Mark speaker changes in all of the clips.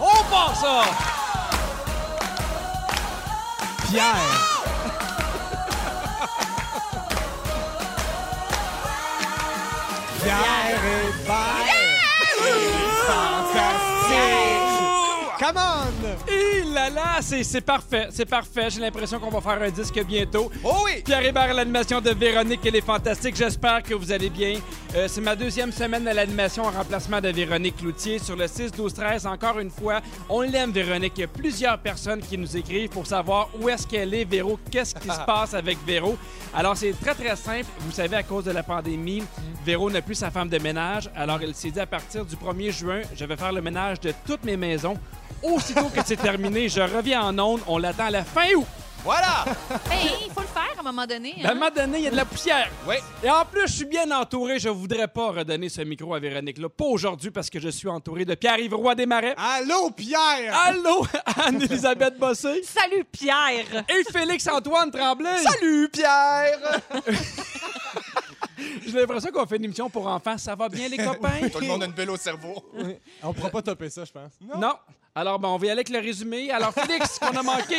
Speaker 1: On part ça!
Speaker 2: Pierre,
Speaker 1: Pierre et Fantastique!
Speaker 2: come on!
Speaker 1: Hi là là, c'est c'est parfait, c'est parfait. J'ai l'impression qu'on va faire un disque bientôt.
Speaker 2: Oh oui!
Speaker 1: Pierre Hébert à l'animation de Véronique et les Fantastiques. J'espère que vous allez bien. Euh, c'est ma deuxième semaine à l'animation en remplacement de Véronique Cloutier sur le 6-12-13. Encore une fois, on l'aime, Véronique. Il y a plusieurs personnes qui nous écrivent pour savoir où est-ce qu'elle est, Véro, qu'est-ce qui se passe avec Véro. Alors, c'est très, très simple. Vous savez, à cause de la pandémie, Véro n'a plus sa femme de ménage. Alors, elle s'est dit à partir du 1er juin, je vais faire le ménage de toutes mes maisons. Aussitôt que c'est terminé, je reviens en onde. On l'attend à la fin août. Ben,
Speaker 2: Voilà!
Speaker 3: Ben, il faut le faire à un moment donné.
Speaker 1: À un
Speaker 3: hein.
Speaker 1: moment donné, il y a de la poussière.
Speaker 2: Oui.
Speaker 1: Et en plus, je suis bien entouré. Je voudrais pas redonner ce micro à Véronique là. Pas aujourd'hui parce que je suis entouré de Pierre-Yves Roy Desmarais.
Speaker 4: Allô, Pierre!
Speaker 1: Allô, Anne-Elisabeth Bossé.
Speaker 5: Salut Pierre!
Speaker 1: Et Félix-Antoine Tremblay.
Speaker 2: Salut Pierre!
Speaker 1: J'ai l'impression qu'on fait une émission pour enfants. Ça va bien, les copains?
Speaker 4: Tout le monde a une belle au cerveau.
Speaker 6: On pourra pas topper ça, je pense.
Speaker 1: Non. Alors, ben, on va y aller avec le résumé. Alors, Félix, qu'on a manqué.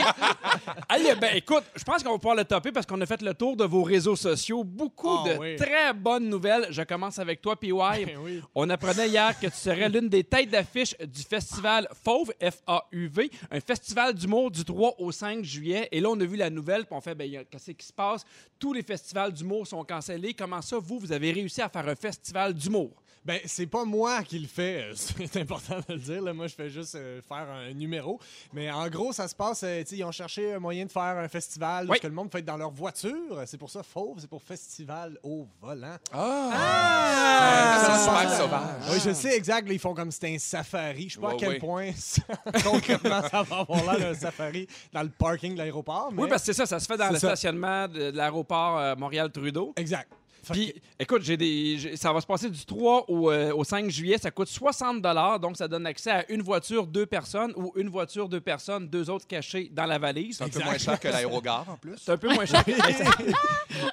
Speaker 1: Allez, ben, écoute, je pense qu'on va pouvoir le taper parce qu'on a fait le tour de vos réseaux sociaux. Beaucoup
Speaker 6: Ah
Speaker 1: de
Speaker 6: oui.
Speaker 1: très bonnes nouvelles. Je commence avec toi, PY.
Speaker 6: oui.
Speaker 1: On apprenait hier que tu serais l'une des têtes d'affiche du festival Fauve, F-A-U-V, un festival d'humour du 3 au 5 juillet. Et là, on a vu la nouvelle, puis on fait, ben, il y a- qu'est-ce qui se passe? Tous les festivals d'humour sont cancellés. Comment ça, vous, vous avez réussi à faire un festival d'humour?
Speaker 6: Ben, c'est pas moi qui le fais, euh, c'est important de le dire. là. Moi, je fais juste euh, faire un numéro. Mais en gros, ça se passe, euh, tu sais, ils ont cherché un moyen de faire un festival
Speaker 1: Oui.
Speaker 6: parce que le monde fait dans leur voiture. C'est pour ça, fauve, c'est pour festival au volant.
Speaker 4: Ah! Ça, c'est
Speaker 6: Ah!
Speaker 4: super sauvage.
Speaker 6: Oui, je sais exact, là, ils font comme si c'était un safari. Je sais pas
Speaker 4: Ouais,
Speaker 6: à quel
Speaker 4: ouais.
Speaker 6: point ça- concrètement ça va avoir l'air d'un safari dans le parking de l'aéroport. mais-
Speaker 1: Oui, parce que c'est ça, ça se fait dans
Speaker 6: C'est
Speaker 1: le
Speaker 6: ça.
Speaker 1: stationnement de, de l'aéroport euh, Montréal-Trudeau.
Speaker 6: Exact. Fait
Speaker 1: Puis, écoute, j'ai des, j'ai- ça va se passer du 3 au, euh, au 5 juillet. Ça coûte 60 donc ça donne accès à une voiture, deux personnes ou une voiture, deux personnes, deux autres cachées dans la valise.
Speaker 4: C'est un peu moins cher que l'aérogare, en plus.
Speaker 1: C'est un peu moins cher.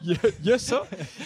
Speaker 1: il, y a, il y a ça.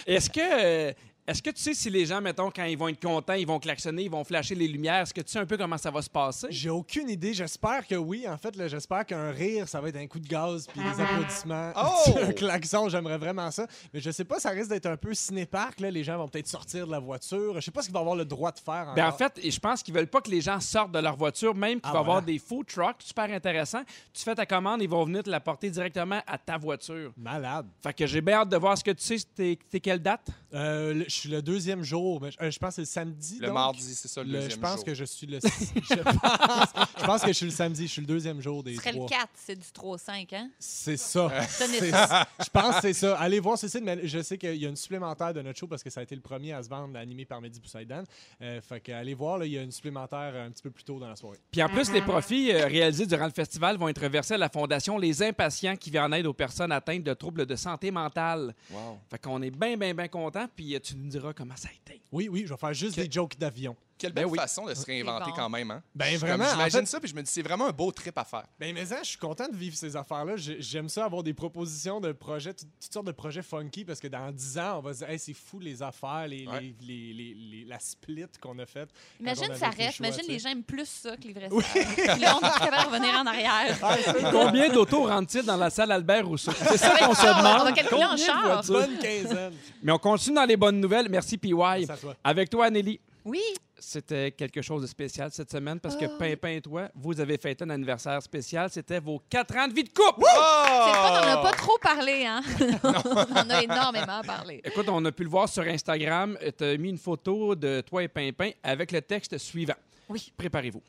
Speaker 1: Est-ce que, euh, est-ce que tu sais si les gens, mettons, quand ils vont être contents, ils vont klaxonner, ils vont flasher les lumières, est-ce que tu sais un peu comment ça va se passer?
Speaker 6: J'ai aucune idée. J'espère que oui. En fait, là, j'espère qu'un rire, ça va être un coup de gaz puis des applaudissements.
Speaker 4: Oh!
Speaker 6: un klaxon, j'aimerais vraiment ça. Mais je sais pas, ça risque d'être un peu ciné-parc. là. Les gens vont peut-être sortir de la voiture. Je sais pas ce qu'ils vont avoir le droit de faire.
Speaker 1: Ben, en
Speaker 6: encore.
Speaker 1: fait, je pense qu'ils veulent pas que les gens sortent de leur voiture, même qu'il
Speaker 6: Ah,
Speaker 1: va y avoir
Speaker 6: voilà.
Speaker 1: des food trucks super intéressants. Tu fais ta commande, ils vont venir te la porter directement à ta voiture.
Speaker 6: Malade.
Speaker 1: Fait que j'ai bien hâte de voir ce que tu sais, c'était c'était quelle date?
Speaker 6: Euh, le- je suis le deuxième jour. mais je- euh, je pense que c'est le samedi.
Speaker 4: Le
Speaker 6: donc.
Speaker 4: mardi, c'est ça, le
Speaker 6: Le-
Speaker 4: deuxième
Speaker 6: je pense
Speaker 4: jour.
Speaker 6: que je suis le. je, pense, je pense que je suis le samedi. Je suis le deuxième jour des
Speaker 3: Ce serait le
Speaker 6: trois.
Speaker 3: 4, c'est du 3 au 5, hein?
Speaker 6: C'est ça.
Speaker 4: Euh.
Speaker 3: Tenez
Speaker 6: C'est-
Speaker 3: ça.
Speaker 6: Je pense que c'est ça. Allez voir ce site, mais je sais qu'il y a une supplémentaire de notre show parce que ça a été le premier à se vendre animé par Mehdi Boussaïdan. Euh, fait que allez voir, là, il y a une supplémentaire euh, un petit peu plus tôt dans la soirée.
Speaker 1: Puis en plus,
Speaker 3: Mhm.
Speaker 1: les profits euh, réalisés durant le festival vont être versés à la Fondation Les Impatients qui vient en aide aux personnes atteintes de troubles de santé mentale.
Speaker 4: Wow.
Speaker 1: Fait qu'on est bien, bien, bien content. Puis euh, tu nous diras comment ça a été.
Speaker 6: Oui, oui, je vais faire juste
Speaker 4: Que-
Speaker 6: des jokes d'avion.
Speaker 4: Quelle
Speaker 1: Ben
Speaker 4: belle
Speaker 1: oui.
Speaker 4: façon de se réinventer
Speaker 3: bon.
Speaker 4: quand même, hein?
Speaker 6: Ben,
Speaker 4: Je suis comme,
Speaker 6: vraiment, en
Speaker 4: J'imagine
Speaker 6: fait-
Speaker 4: ça, puis je me dis, c'est vraiment un beau trip à faire.
Speaker 6: Ben, mais hein, je suis content de vivre ces affaires-là. J'ai- J'aime ça avoir des propositions de projets, tout- toutes sortes de projets funky parce que dans 10 ans, on va se dire, hey, c'est fou les affaires, les,
Speaker 4: Ouais.
Speaker 6: les- les- les- les- la split qu'on a faite. quand on
Speaker 3: Imagine ça
Speaker 6: avait fait le
Speaker 3: reste.
Speaker 6: choix,
Speaker 3: Imagine
Speaker 6: tu sais.
Speaker 3: les gens aiment plus ça que les vrais stars. Là, on va capable de revenir en arrière.
Speaker 1: Combien d'autos rentrent-ils dans la salle Albert Rousseau? C'est ça
Speaker 3: Avec
Speaker 1: qu'on se
Speaker 3: ça, on va- on va
Speaker 1: demande.
Speaker 3: calculer en
Speaker 1: Combien de
Speaker 3: char.
Speaker 1: voitures?
Speaker 6: Bonne quinzaine.
Speaker 1: Mais on continue dans les bonnes nouvelles. Merci, PY.
Speaker 6: à toi.
Speaker 1: Avec toi, Nelly.
Speaker 3: Oui,
Speaker 1: C'était quelque chose de spécial cette semaine parce que
Speaker 3: Ah.
Speaker 1: Pimpin et toi, vous avez fêté un anniversaire spécial. C'était vos 4 ans de vie de couple.
Speaker 4: Oh!
Speaker 3: c'est le fun, on n'a pas trop parlé, hein? on en a énormément parlé.
Speaker 1: Écoute, on a pu le voir sur Instagram. Tu as mis une photo de toi et Pimpin avec le texte suivant.
Speaker 3: Oui.
Speaker 1: Préparez-vous.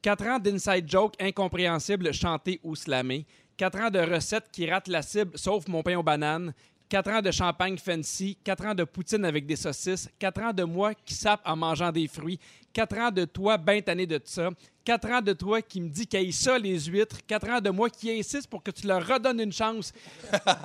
Speaker 1: 4 ans d'inside joke incompréhensible, chanté ou slamé. 4 ans de recettes qui ratent la cible, sauf mon pain aux bananes. 4 ans de champagne fancy, 4 ans de poutine avec des saucisses, 4 ans de moi qui sape en mangeant des fruits, 4 ans de toi ben tanné de ça, 4 ans de toi qui me dit qu'il ça les huîtres, 4 ans de moi qui insiste pour que tu leur redonnes une chance,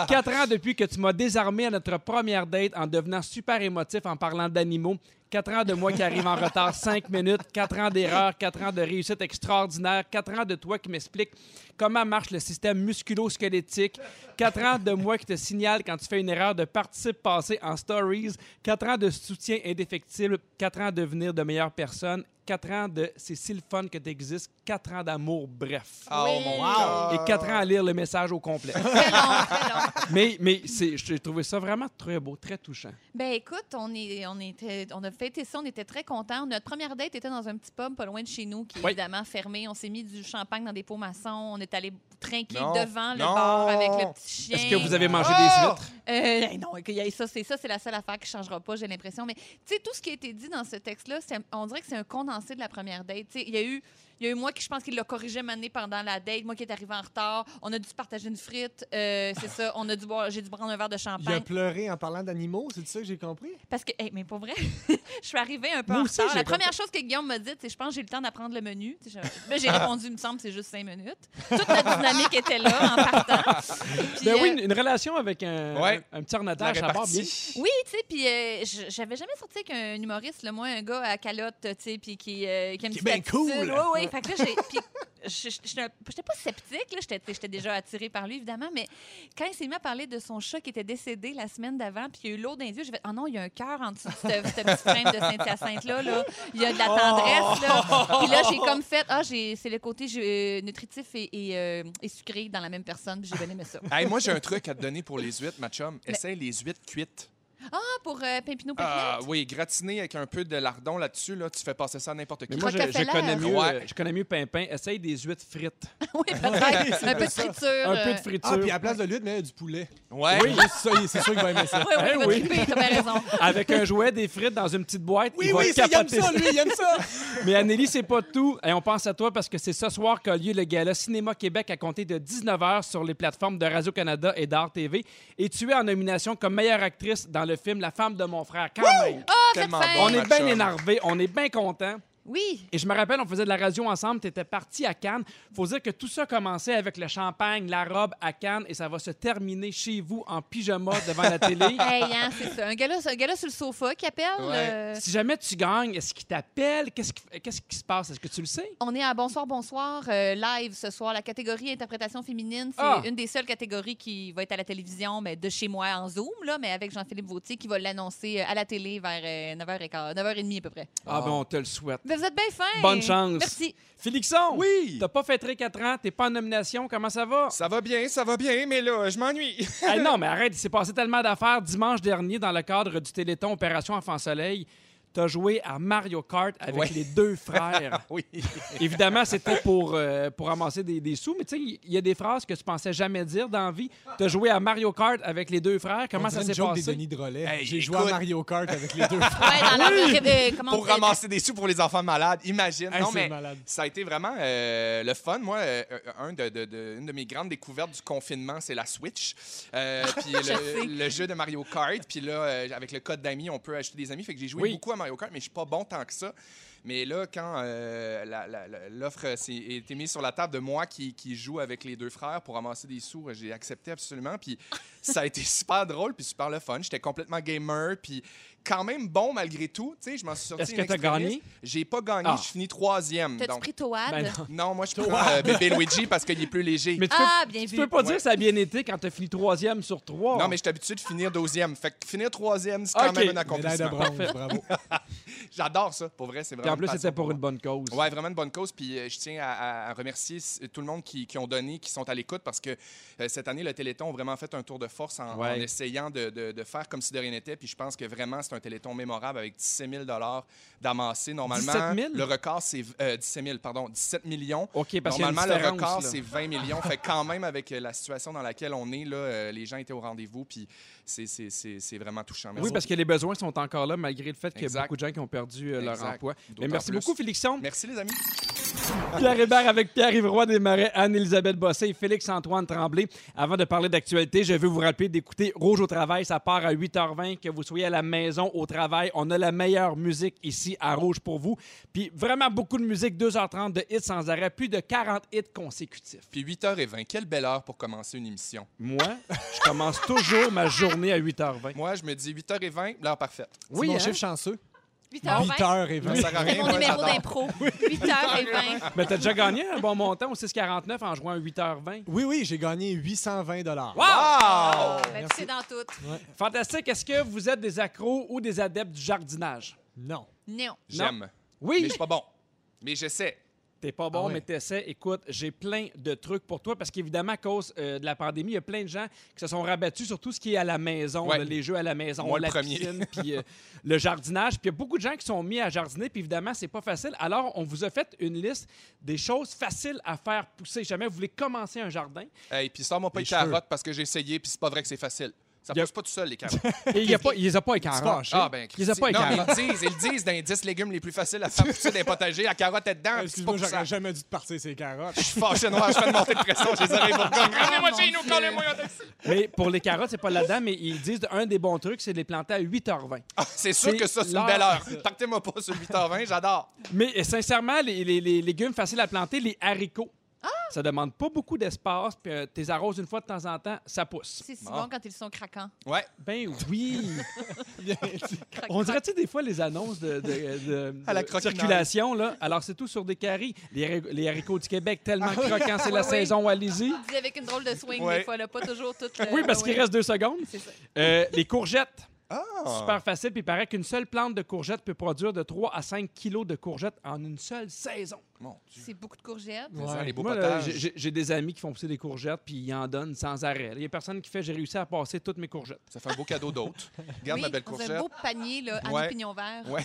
Speaker 1: 4 ans depuis que tu m'as désarmé à notre première date en devenant super émotif en parlant d'animaux, 4 ans de moi qui arrive en retard 5 minutes, 4 ans d'erreur, 4 ans de réussite extraordinaire, 4 ans de toi qui m'explique comment marche le système musculo-squelettique, 4 ans de moi qui te signale quand tu fais une erreur de participe passé en stories, 4 ans de soutien indéfectible, 4 ans de devenir de meilleure personne, 4 ans de c'est si le fun que tu existes, 4 ans d'amour, bref.
Speaker 4: Oh
Speaker 3: Oui.
Speaker 4: mon
Speaker 3: Wow.
Speaker 4: God.
Speaker 1: Et 4 ans à lire le message au complet.
Speaker 3: Très long, très long.
Speaker 1: mais mais c'est- j'ai trouvé ça vraiment très beau, très touchant.
Speaker 3: Ben écoute, on, est, on, était, on a fêté ça, on était très contents. Notre première date était dans un petit pub pas loin de chez nous, qui est
Speaker 1: Oui.
Speaker 3: évidemment fermé. On s'est mis du champagne dans des pots maçons. On est allé trinquer
Speaker 4: Non.
Speaker 3: devant le
Speaker 4: Non.
Speaker 3: bar avec le petit chien.
Speaker 1: Est-ce que vous avez mangé des
Speaker 6: Oh!
Speaker 4: Ah!
Speaker 1: huîtres?
Speaker 3: Euh, hey, non, qu'il y ait ça, c'est ça, c'est la seule affaire qui changera pas, j'ai l'impression. Mais tu sais, tout ce qui a été dit dans ce texte-là, c'est- on dirait que c'est un condensé de la première date. Tu sais, il y a eu, il y a eu moi qui, je pense qu'il l'a corrigé mané pendant la date, moi qui est arrivé en retard. On a dû se partager une frite, euh, c'est ça. On a dû boire, j'ai dû prendre un verre de
Speaker 6: Il a
Speaker 3: champagne
Speaker 6: pleuré en parlant d'animaux, c'est ça que j'ai compris?
Speaker 3: parce que, hey, mais pour vrai, je suis arrivée un peu
Speaker 1: Moi
Speaker 3: en
Speaker 1: aussi,
Speaker 3: retard.
Speaker 1: j'ai
Speaker 3: La première chose que Guillaume m'a dit, c'est je pense que j'ai le temps d'apprendre le menu. Tu sais, je- Là, j'ai répondu, il me semble, c'est juste cinq minutes. Toute la dynamique était là en partant. Puis,
Speaker 1: Ben oui,
Speaker 3: euh,
Speaker 1: une, une relation avec un,
Speaker 4: Ouais.
Speaker 1: un, un petit
Speaker 4: La
Speaker 1: ornatage, ça part bien.
Speaker 4: répartie.
Speaker 3: Oui, tu sais, puis euh, j- j'avais jamais sorti avec un humoriste, là, moi, un gars à calotte, tu sais, puis qui, euh, qui a une
Speaker 6: Qui
Speaker 3: petite
Speaker 6: est bien
Speaker 3: attitude.
Speaker 6: cool.
Speaker 3: Oui, oui, fait que là, j'ai... puis je- je- j'étais un- J'étais pas sceptique, là, j'étais j'étais déjà attirée par lui, évidemment, mais quand il s'est mis à parler de son chat qui était décédé la semaine d'avant, puis il y a eu l'eau dans les yeux, j'ai fait « Ah non, il y a un cœur en dessous de cette, cette petite frame de Saint-Hyacinthe-là, là. il y a de la tendresse, là. »
Speaker 6: Oh!
Speaker 3: Puis là, j'ai comme fait « Ah, j'ai- c'est le côté j'ai- euh, nutritif et, et, euh, et sucré dans la même personne, puis j'ai bien aimé ça. »
Speaker 4: Hey, moi, j'ai un truc à te donner pour les huîtres, ma chum.
Speaker 3: Mais-
Speaker 4: Essaye les huîtres cuites.
Speaker 3: Ah, pour euh, Pimpinot
Speaker 4: Ah,
Speaker 3: Pépinette?
Speaker 4: oui, gratiné avec un peu de lardon là-dessus, là, tu fais passer ça à n'importe
Speaker 1: Mais
Speaker 4: qui.
Speaker 1: moi, je, je
Speaker 3: Rockefeller.
Speaker 1: connais mieux,
Speaker 4: Ouais.
Speaker 1: euh, je connais mieux Pimpin. Essaye des huîtres frites.
Speaker 3: oui, peut-être. Un peu de friture.
Speaker 1: Un peu
Speaker 3: euh,
Speaker 1: de friture.
Speaker 6: Ah, puis à la place de l'huile, mais du poulet.
Speaker 4: Ouais.
Speaker 6: Oui, juste ça, il- c'est sûr qu'il va aimer ça.
Speaker 3: Oui, oui,
Speaker 1: Eh
Speaker 3: il va
Speaker 1: oui.
Speaker 3: triper, t'as bien raison.
Speaker 1: Avec un jouet, des frites dans une petite boîte.
Speaker 6: Oui,
Speaker 1: il va
Speaker 6: oui, ça, il aime
Speaker 1: capoter
Speaker 6: ça, lui, il aime ça.
Speaker 3: Ah,
Speaker 1: Mais Anneli, c'est pas tout. Et on pense à toi parce que c'est ce soir qu'a lieu le gala Cinéma Québec à compter de 19h sur les plateformes de Radio-Canada et d'Art TV. Et tu es en nomination comme meilleure actrice dans le film La femme de mon frère, quand même.
Speaker 4: Tellement
Speaker 3: fête!
Speaker 4: bon,
Speaker 1: On
Speaker 4: ma
Speaker 1: est bien
Speaker 4: chum.
Speaker 1: énervé, on est bien content.
Speaker 3: Oui.
Speaker 1: Et je me rappelle, on faisait de la radio ensemble, tu étais parti à Cannes. faut dire que tout ça commençait avec le champagne, la robe à Cannes, et ça va se terminer chez vous en pyjama devant la télé.
Speaker 3: Hey, hein, c'est ça. Un gars-là un gars-là sur le sofa qui appelle.
Speaker 4: Ouais.
Speaker 3: euh,
Speaker 1: Si jamais tu gagnes, est-ce qu'il t'appelle? Qu'est-ce qui, qu'est-ce qui se passe? Est-ce que tu le sais?
Speaker 3: On est à Bonsoir, Bonsoir, euh, live ce soir. La catégorie interprétation féminine, c'est
Speaker 1: Ah!
Speaker 3: une des seules catégories qui va être à la télévision, mais de chez moi en Zoom, là, mais avec Jean-Philippe Vautier qui va l'annoncer euh, à la télé vers euh, 9h15, 9h30 à peu près.
Speaker 1: Ah, ben, on te le souhaite.
Speaker 3: Mais vous êtes bien fin.
Speaker 1: Bonne chance.
Speaker 3: Merci.
Speaker 1: Félixon!
Speaker 4: Oui.
Speaker 1: T'as pas fêté 4 ans, t'es pas en nomination, comment ça va?
Speaker 4: Ça va bien, ça va bien, mais là, je m'ennuie.
Speaker 1: Hey, Ah, non, mais arrête, il s'est passé tellement d'affaires dimanche dernier dans le cadre du Téléthon Opération Enfant Soleil. T'as joué à Mario Kart avec
Speaker 4: Ouais.
Speaker 1: les deux frères.
Speaker 4: oui.
Speaker 1: Évidemment, c'était pour, euh, pour amasser des, des sous, mais tu sais, il y a des phrases que tu pensais jamais dire dans la vie. T'as joué à Mario Kart avec les deux frères, comment
Speaker 6: On
Speaker 1: ça
Speaker 6: dirait
Speaker 1: s'est
Speaker 6: une joke des
Speaker 1: passé?
Speaker 6: Denis Drolet.
Speaker 4: Hey,
Speaker 6: J'ai joué à
Speaker 4: écoute.
Speaker 6: Mario Kart avec les deux.
Speaker 3: Ouais, dans la euh, comment on
Speaker 4: Pour
Speaker 3: dit?
Speaker 4: ramasser des sous pour les enfants malades, imagine.
Speaker 6: Hey,
Speaker 4: non,
Speaker 6: c'est
Speaker 4: mais
Speaker 6: malade.
Speaker 4: ça a été vraiment euh, le fun. Moi, euh, euh, un de- de- de- une de mes grandes découvertes du confinement, c'est la Switch. Euh, puis
Speaker 3: sais.
Speaker 4: le, le jeu de Mario Kart. Puis là, euh, avec le code d'amis, on peut acheter des amis. Fait que j'ai joué
Speaker 1: Oui.
Speaker 4: beaucoup à Mario Kart, mais je suis pas bon tant que ça. Mais là, quand euh, la- la- la- l'offre a été mise sur la table de moi qui, qui joue avec les deux frères pour ramasser des sous, euh, j'ai accepté absolument. Puis ça a été super drôle, puis super le fun. J'étais complètement gamer, puis quand même bon malgré tout. Tu sais, je m'en suis sorti.
Speaker 1: Est-ce que
Speaker 4: une
Speaker 1: t'as gagné?
Speaker 4: extrémiste. J'ai pas gagné,
Speaker 1: Ah.
Speaker 4: je finis troisième.
Speaker 3: T'as-tu
Speaker 4: donc-
Speaker 3: pris Toad?
Speaker 1: Ben non.
Speaker 4: Non, moi je prends euh, bébé Luigi parce qu'il est plus léger.
Speaker 1: Mais tu peux,
Speaker 3: ah, bien
Speaker 1: tu
Speaker 3: vu.
Speaker 1: peux pas dire
Speaker 4: Ouais.
Speaker 1: que ça a bien été quand t'as fini troisième sur trois.
Speaker 4: Non, mais je suis habitué de finir deuxième. Fait que finir troisième, c'est quand
Speaker 1: Ok.
Speaker 4: même un
Speaker 6: Médaille de
Speaker 4: accomplissement.
Speaker 6: bronze, bravo.
Speaker 4: J'adore ça, pour vrai, c'est
Speaker 1: Puis
Speaker 4: vraiment.
Speaker 1: en plus,
Speaker 4: une passion
Speaker 1: c'était pour
Speaker 4: moi.
Speaker 1: une bonne cause.
Speaker 4: Ouais, vraiment une bonne cause. Puis euh, je tiens à, à- à remercier s- tout le monde qui, qui ont donné, qui sont à l'écoute, parce que euh, cette année, le Téléthon a vraiment fait un tour de force en,
Speaker 1: Ouais.
Speaker 4: en essayant de, de- de faire comme si de rien n'était. Puis je pense que vraiment, c'est un Téléthon mémorable avec 17 000 d'amassés. Normalement,
Speaker 1: 17 000?
Speaker 4: le record, c'est euh, 17 000, pardon, 17 millions.
Speaker 1: OK, parce qu'il y a une
Speaker 4: Normalement, le
Speaker 1: différence,
Speaker 4: record,
Speaker 1: là.
Speaker 4: c'est 20 millions. fait que quand même, avec euh, la situation dans laquelle on est, là, euh, les gens étaient au rendez-vous, puis c'est- c'est c'est- c'est vraiment touchant. Merci.
Speaker 1: Oui, parce que les besoins sont encore là, malgré le fait qu'il y a
Speaker 4: Exact.
Speaker 1: beaucoup de gens qui ont perdu euh, leur
Speaker 4: Exact.
Speaker 1: emploi. Mais
Speaker 4: D'autant
Speaker 1: merci
Speaker 4: plus.
Speaker 1: beaucoup, Félixon.
Speaker 4: Merci, les amis.
Speaker 1: Pierre Hébert avec Pierre Ivroy des Marais, Anne-Elisabeth Bossé et Félix-Antoine Tremblay. Avant de parler d'actualité, je veux vous rappeler d'écouter Rouge au travail. Ça part à 8h20, que vous soyez à la maison, au travail. On a la meilleure musique ici à Rouge pour vous. Puis vraiment beaucoup de musique, 2h30 de hits sans arrêt, plus de 40 hits consécutifs.
Speaker 4: Puis 8h20, quelle belle heure pour commencer une émission.
Speaker 1: Moi, je commence toujours ma journée à 8h20.
Speaker 4: Moi, je me dis 8h20, l'heure parfaite.
Speaker 6: Oui, mon
Speaker 1: hein?
Speaker 6: chiffre chanceux. 8
Speaker 3: 8h20.
Speaker 6: heures et
Speaker 4: Ça
Speaker 6: 20.
Speaker 4: sert à
Speaker 3: C'est
Speaker 4: rien.
Speaker 3: mon
Speaker 4: moi,
Speaker 3: numéro
Speaker 4: j'adore.
Speaker 3: d'impro. 8h20.
Speaker 1: Mais t'as déjà gagné un bon montant au 6,49 en jouant à 8h20.
Speaker 6: Oui, oui, j'ai gagné 820 dollars.
Speaker 3: Ah,
Speaker 4: Wow!
Speaker 3: ben,
Speaker 6: merci.
Speaker 3: c'est dans tout.
Speaker 1: Fantastique. Est-ce que vous êtes des accros ou des adeptes du jardinage?
Speaker 6: Non.
Speaker 3: Non.
Speaker 4: J'aime. Mais je
Speaker 1: Oui.
Speaker 4: suis pas bon. Mais j'essaie.
Speaker 1: T'es pas bon,
Speaker 6: Ah ouais.
Speaker 1: mais t'essaies. Écoute, j'ai plein de trucs pour toi parce qu'évidemment, à cause euh, de la pandémie, il y a plein de gens qui se sont rabattus sur tout ce qui est à la maison,
Speaker 4: Ouais.
Speaker 1: là, les jeux à la maison,
Speaker 4: Moi, le
Speaker 1: la
Speaker 4: premier.
Speaker 1: piscine, puis euh, le jardinage. Puis il y a beaucoup de gens qui sont mis à jardiner, puis évidemment, c'est pas facile. Alors, on vous a fait une liste des choses faciles à faire pousser. Jamais vous voulez commencer un jardin.
Speaker 4: Hey, puis sors-moi pas
Speaker 6: Les
Speaker 4: les
Speaker 6: cheveux.
Speaker 4: carottes parce que j'ai essayé, puis c'est pas vrai que c'est facile. Ça
Speaker 1: Y a-
Speaker 4: pousse pas tout seul, les carottes.
Speaker 1: Et il y a pas, il les a pas
Speaker 6: C'est
Speaker 1: écartés.
Speaker 6: fâché.
Speaker 4: Ah, ben,
Speaker 1: Ils ont
Speaker 4: Christy-
Speaker 1: pas les
Speaker 4: non, mais
Speaker 1: carottes.
Speaker 4: ils le disent, ils le disent, dans les 10 légumes les plus faciles à faire pousser des potagers, la carotte est dedans, puis Ah, c'est pas
Speaker 6: Excuse-moi,
Speaker 4: poussant.
Speaker 6: j'aurais jamais dû te partir ces carottes.
Speaker 4: Je suis fâché noir, je fais une montée de pression, j'ai les oreilles pour Ramenez-moi
Speaker 3: Ah, mon
Speaker 4: chez nous,
Speaker 3: Dieu.
Speaker 4: collez-moi un taxi.
Speaker 1: Mais pour les carottes, c'est pas là-dedans, mais ils disent un des bons trucs, c'est de les planter à 8h20.
Speaker 4: Ah, C'est sûr
Speaker 1: C'est
Speaker 4: que ça, c'est
Speaker 1: l'heure.
Speaker 4: une belle heure. Partez-moi pas sur 8h20, j'adore.
Speaker 1: Mais euh, sincèrement, les, les- les légumes faciles à planter, les haricots, ça demande pas beaucoup d'espace, puis euh, t'es arroses une fois de temps en temps, ça pousse.
Speaker 3: C'est si
Speaker 4: Bon.
Speaker 3: bon quand ils sont craquants.
Speaker 4: Ouais.
Speaker 1: Ben oui!
Speaker 6: Bien dit.
Speaker 3: Crac,
Speaker 1: On
Speaker 3: crac.
Speaker 1: dirait-tu des fois les annonces de, de- de-
Speaker 4: À la
Speaker 1: de
Speaker 4: croquinaille.
Speaker 1: circulation, là? Alors c'est tout sur des caries. Les, hari- les haricots du Québec, tellement croquants, c'est la
Speaker 3: Oui, Euh, oui.
Speaker 1: saison, allez-y.
Speaker 3: Dit avec une drôle de swing
Speaker 4: Ouais.
Speaker 3: des fois, là, pas toujours toute le-
Speaker 1: Oui, parce qu'il
Speaker 3: ouais.
Speaker 1: reste deux secondes.
Speaker 3: C'est ça.
Speaker 1: Euh, les courgettes,
Speaker 4: Ah.
Speaker 1: super facile, puis il paraît qu'une seule plante de courgettes peut produire de 3 à 5 kilos de courgettes en une seule saison.
Speaker 4: Mon Dieu.
Speaker 3: C'est beaucoup de courgettes.
Speaker 4: C'est ça,
Speaker 6: Ouais.
Speaker 4: les beaux
Speaker 1: Moi, là,
Speaker 4: potages.
Speaker 1: j'ai- j'ai- j'ai des amis qui font pousser des courgettes, puis ils en donnent sans arrêt. Il y a personne qui fait j'ai réussi à passer toutes mes courgettes.
Speaker 4: Ça fait un beau cadeau d'hôte. Garde
Speaker 3: Oui,
Speaker 4: ma belle
Speaker 3: dans un
Speaker 4: courgette.
Speaker 3: beau panier, là, à
Speaker 4: Ouais.
Speaker 3: pignon vert.
Speaker 4: Ouais.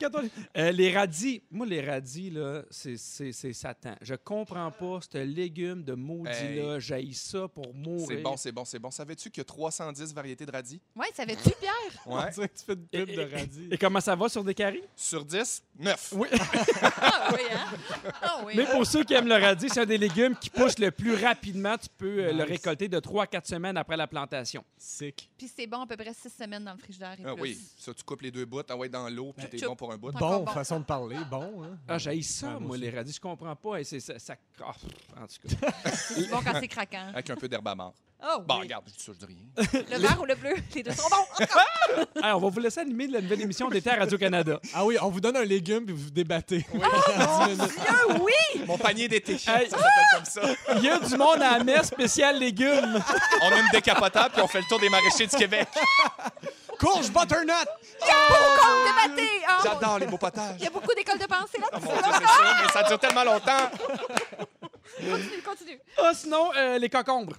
Speaker 1: Quand on- Euh, les radis, moi, les radis, là, c'est- c'est c'est Satan. Je comprends pas ce légume de maudit-là. J'haïs ça pour mourir.
Speaker 4: C'est bon, c'est bon, c'est bon. Savais-tu qu'il y a 310 variétés de radis?
Speaker 3: Ouais, ça avait-tu, Pierre?
Speaker 6: On dirait que tu fais une
Speaker 1: Et-
Speaker 6: pub de radis.
Speaker 1: Et comment ça va sur des caries?
Speaker 4: Sur 10, 9.
Speaker 1: Oui.
Speaker 3: Ah oui, hein? Ah oui.
Speaker 1: Mais pour ceux qui aiment le radis, c'est un des légumes qui pousse le plus rapidement. Tu peux euh, le
Speaker 6: Nice.
Speaker 1: récolter de 3 à 4 semaines après la plantation.
Speaker 6: Sick.
Speaker 3: Puis c'est bon à peu près six semaines dans le frigidaire et
Speaker 4: Ah
Speaker 3: plus.
Speaker 4: oui, ça, tu coupes les deux bouts, envoies dans l'eau, puis
Speaker 3: Ouais.
Speaker 4: t'es
Speaker 3: Chup.
Speaker 4: bon pour un bout.
Speaker 3: Encore
Speaker 6: Bon,
Speaker 3: bon.
Speaker 6: façon de parler, bon. Hein?
Speaker 1: Ah, j'haïs ça,
Speaker 6: Ouais, moi
Speaker 1: moi,
Speaker 6: aussi.
Speaker 1: les radis. Je comprends pas. Et c'est ça, ça- ah, pff, en tout cas.
Speaker 3: C'est bon quand c'est craquant.
Speaker 4: Avec un peu d'herbe amare.
Speaker 3: Oh,
Speaker 4: Bon,
Speaker 3: oui.
Speaker 4: regarde, je dis ça, je dis rien.
Speaker 3: Le vert ou le bleu, les deux sont bons.
Speaker 1: Ah, on va vous laisser animer la nouvelle émission d'Été à Radio-Canada.
Speaker 6: Ah oui, on vous donne un légume puis vous vous débattez. Dix minutes.
Speaker 3: Ah oui!
Speaker 4: Mon panier d'été.
Speaker 1: Hey.
Speaker 4: Ça s'appelle comme ça.
Speaker 1: Il y a du monde à la messe spéciale légumes.
Speaker 4: On a une décapotable, puis on fait le tour des maraîchers du Québec.
Speaker 6: Courge butternut!
Speaker 3: Comme débatté! Ah,
Speaker 4: J'adore les beaux potages.
Speaker 3: Il y a beaucoup d'écoles de pensée là.
Speaker 4: Oh mon Dieu, c'est ça, mais ça dure tellement longtemps.
Speaker 3: Continue, continue.
Speaker 1: Ah, sinon, euh, les concombres.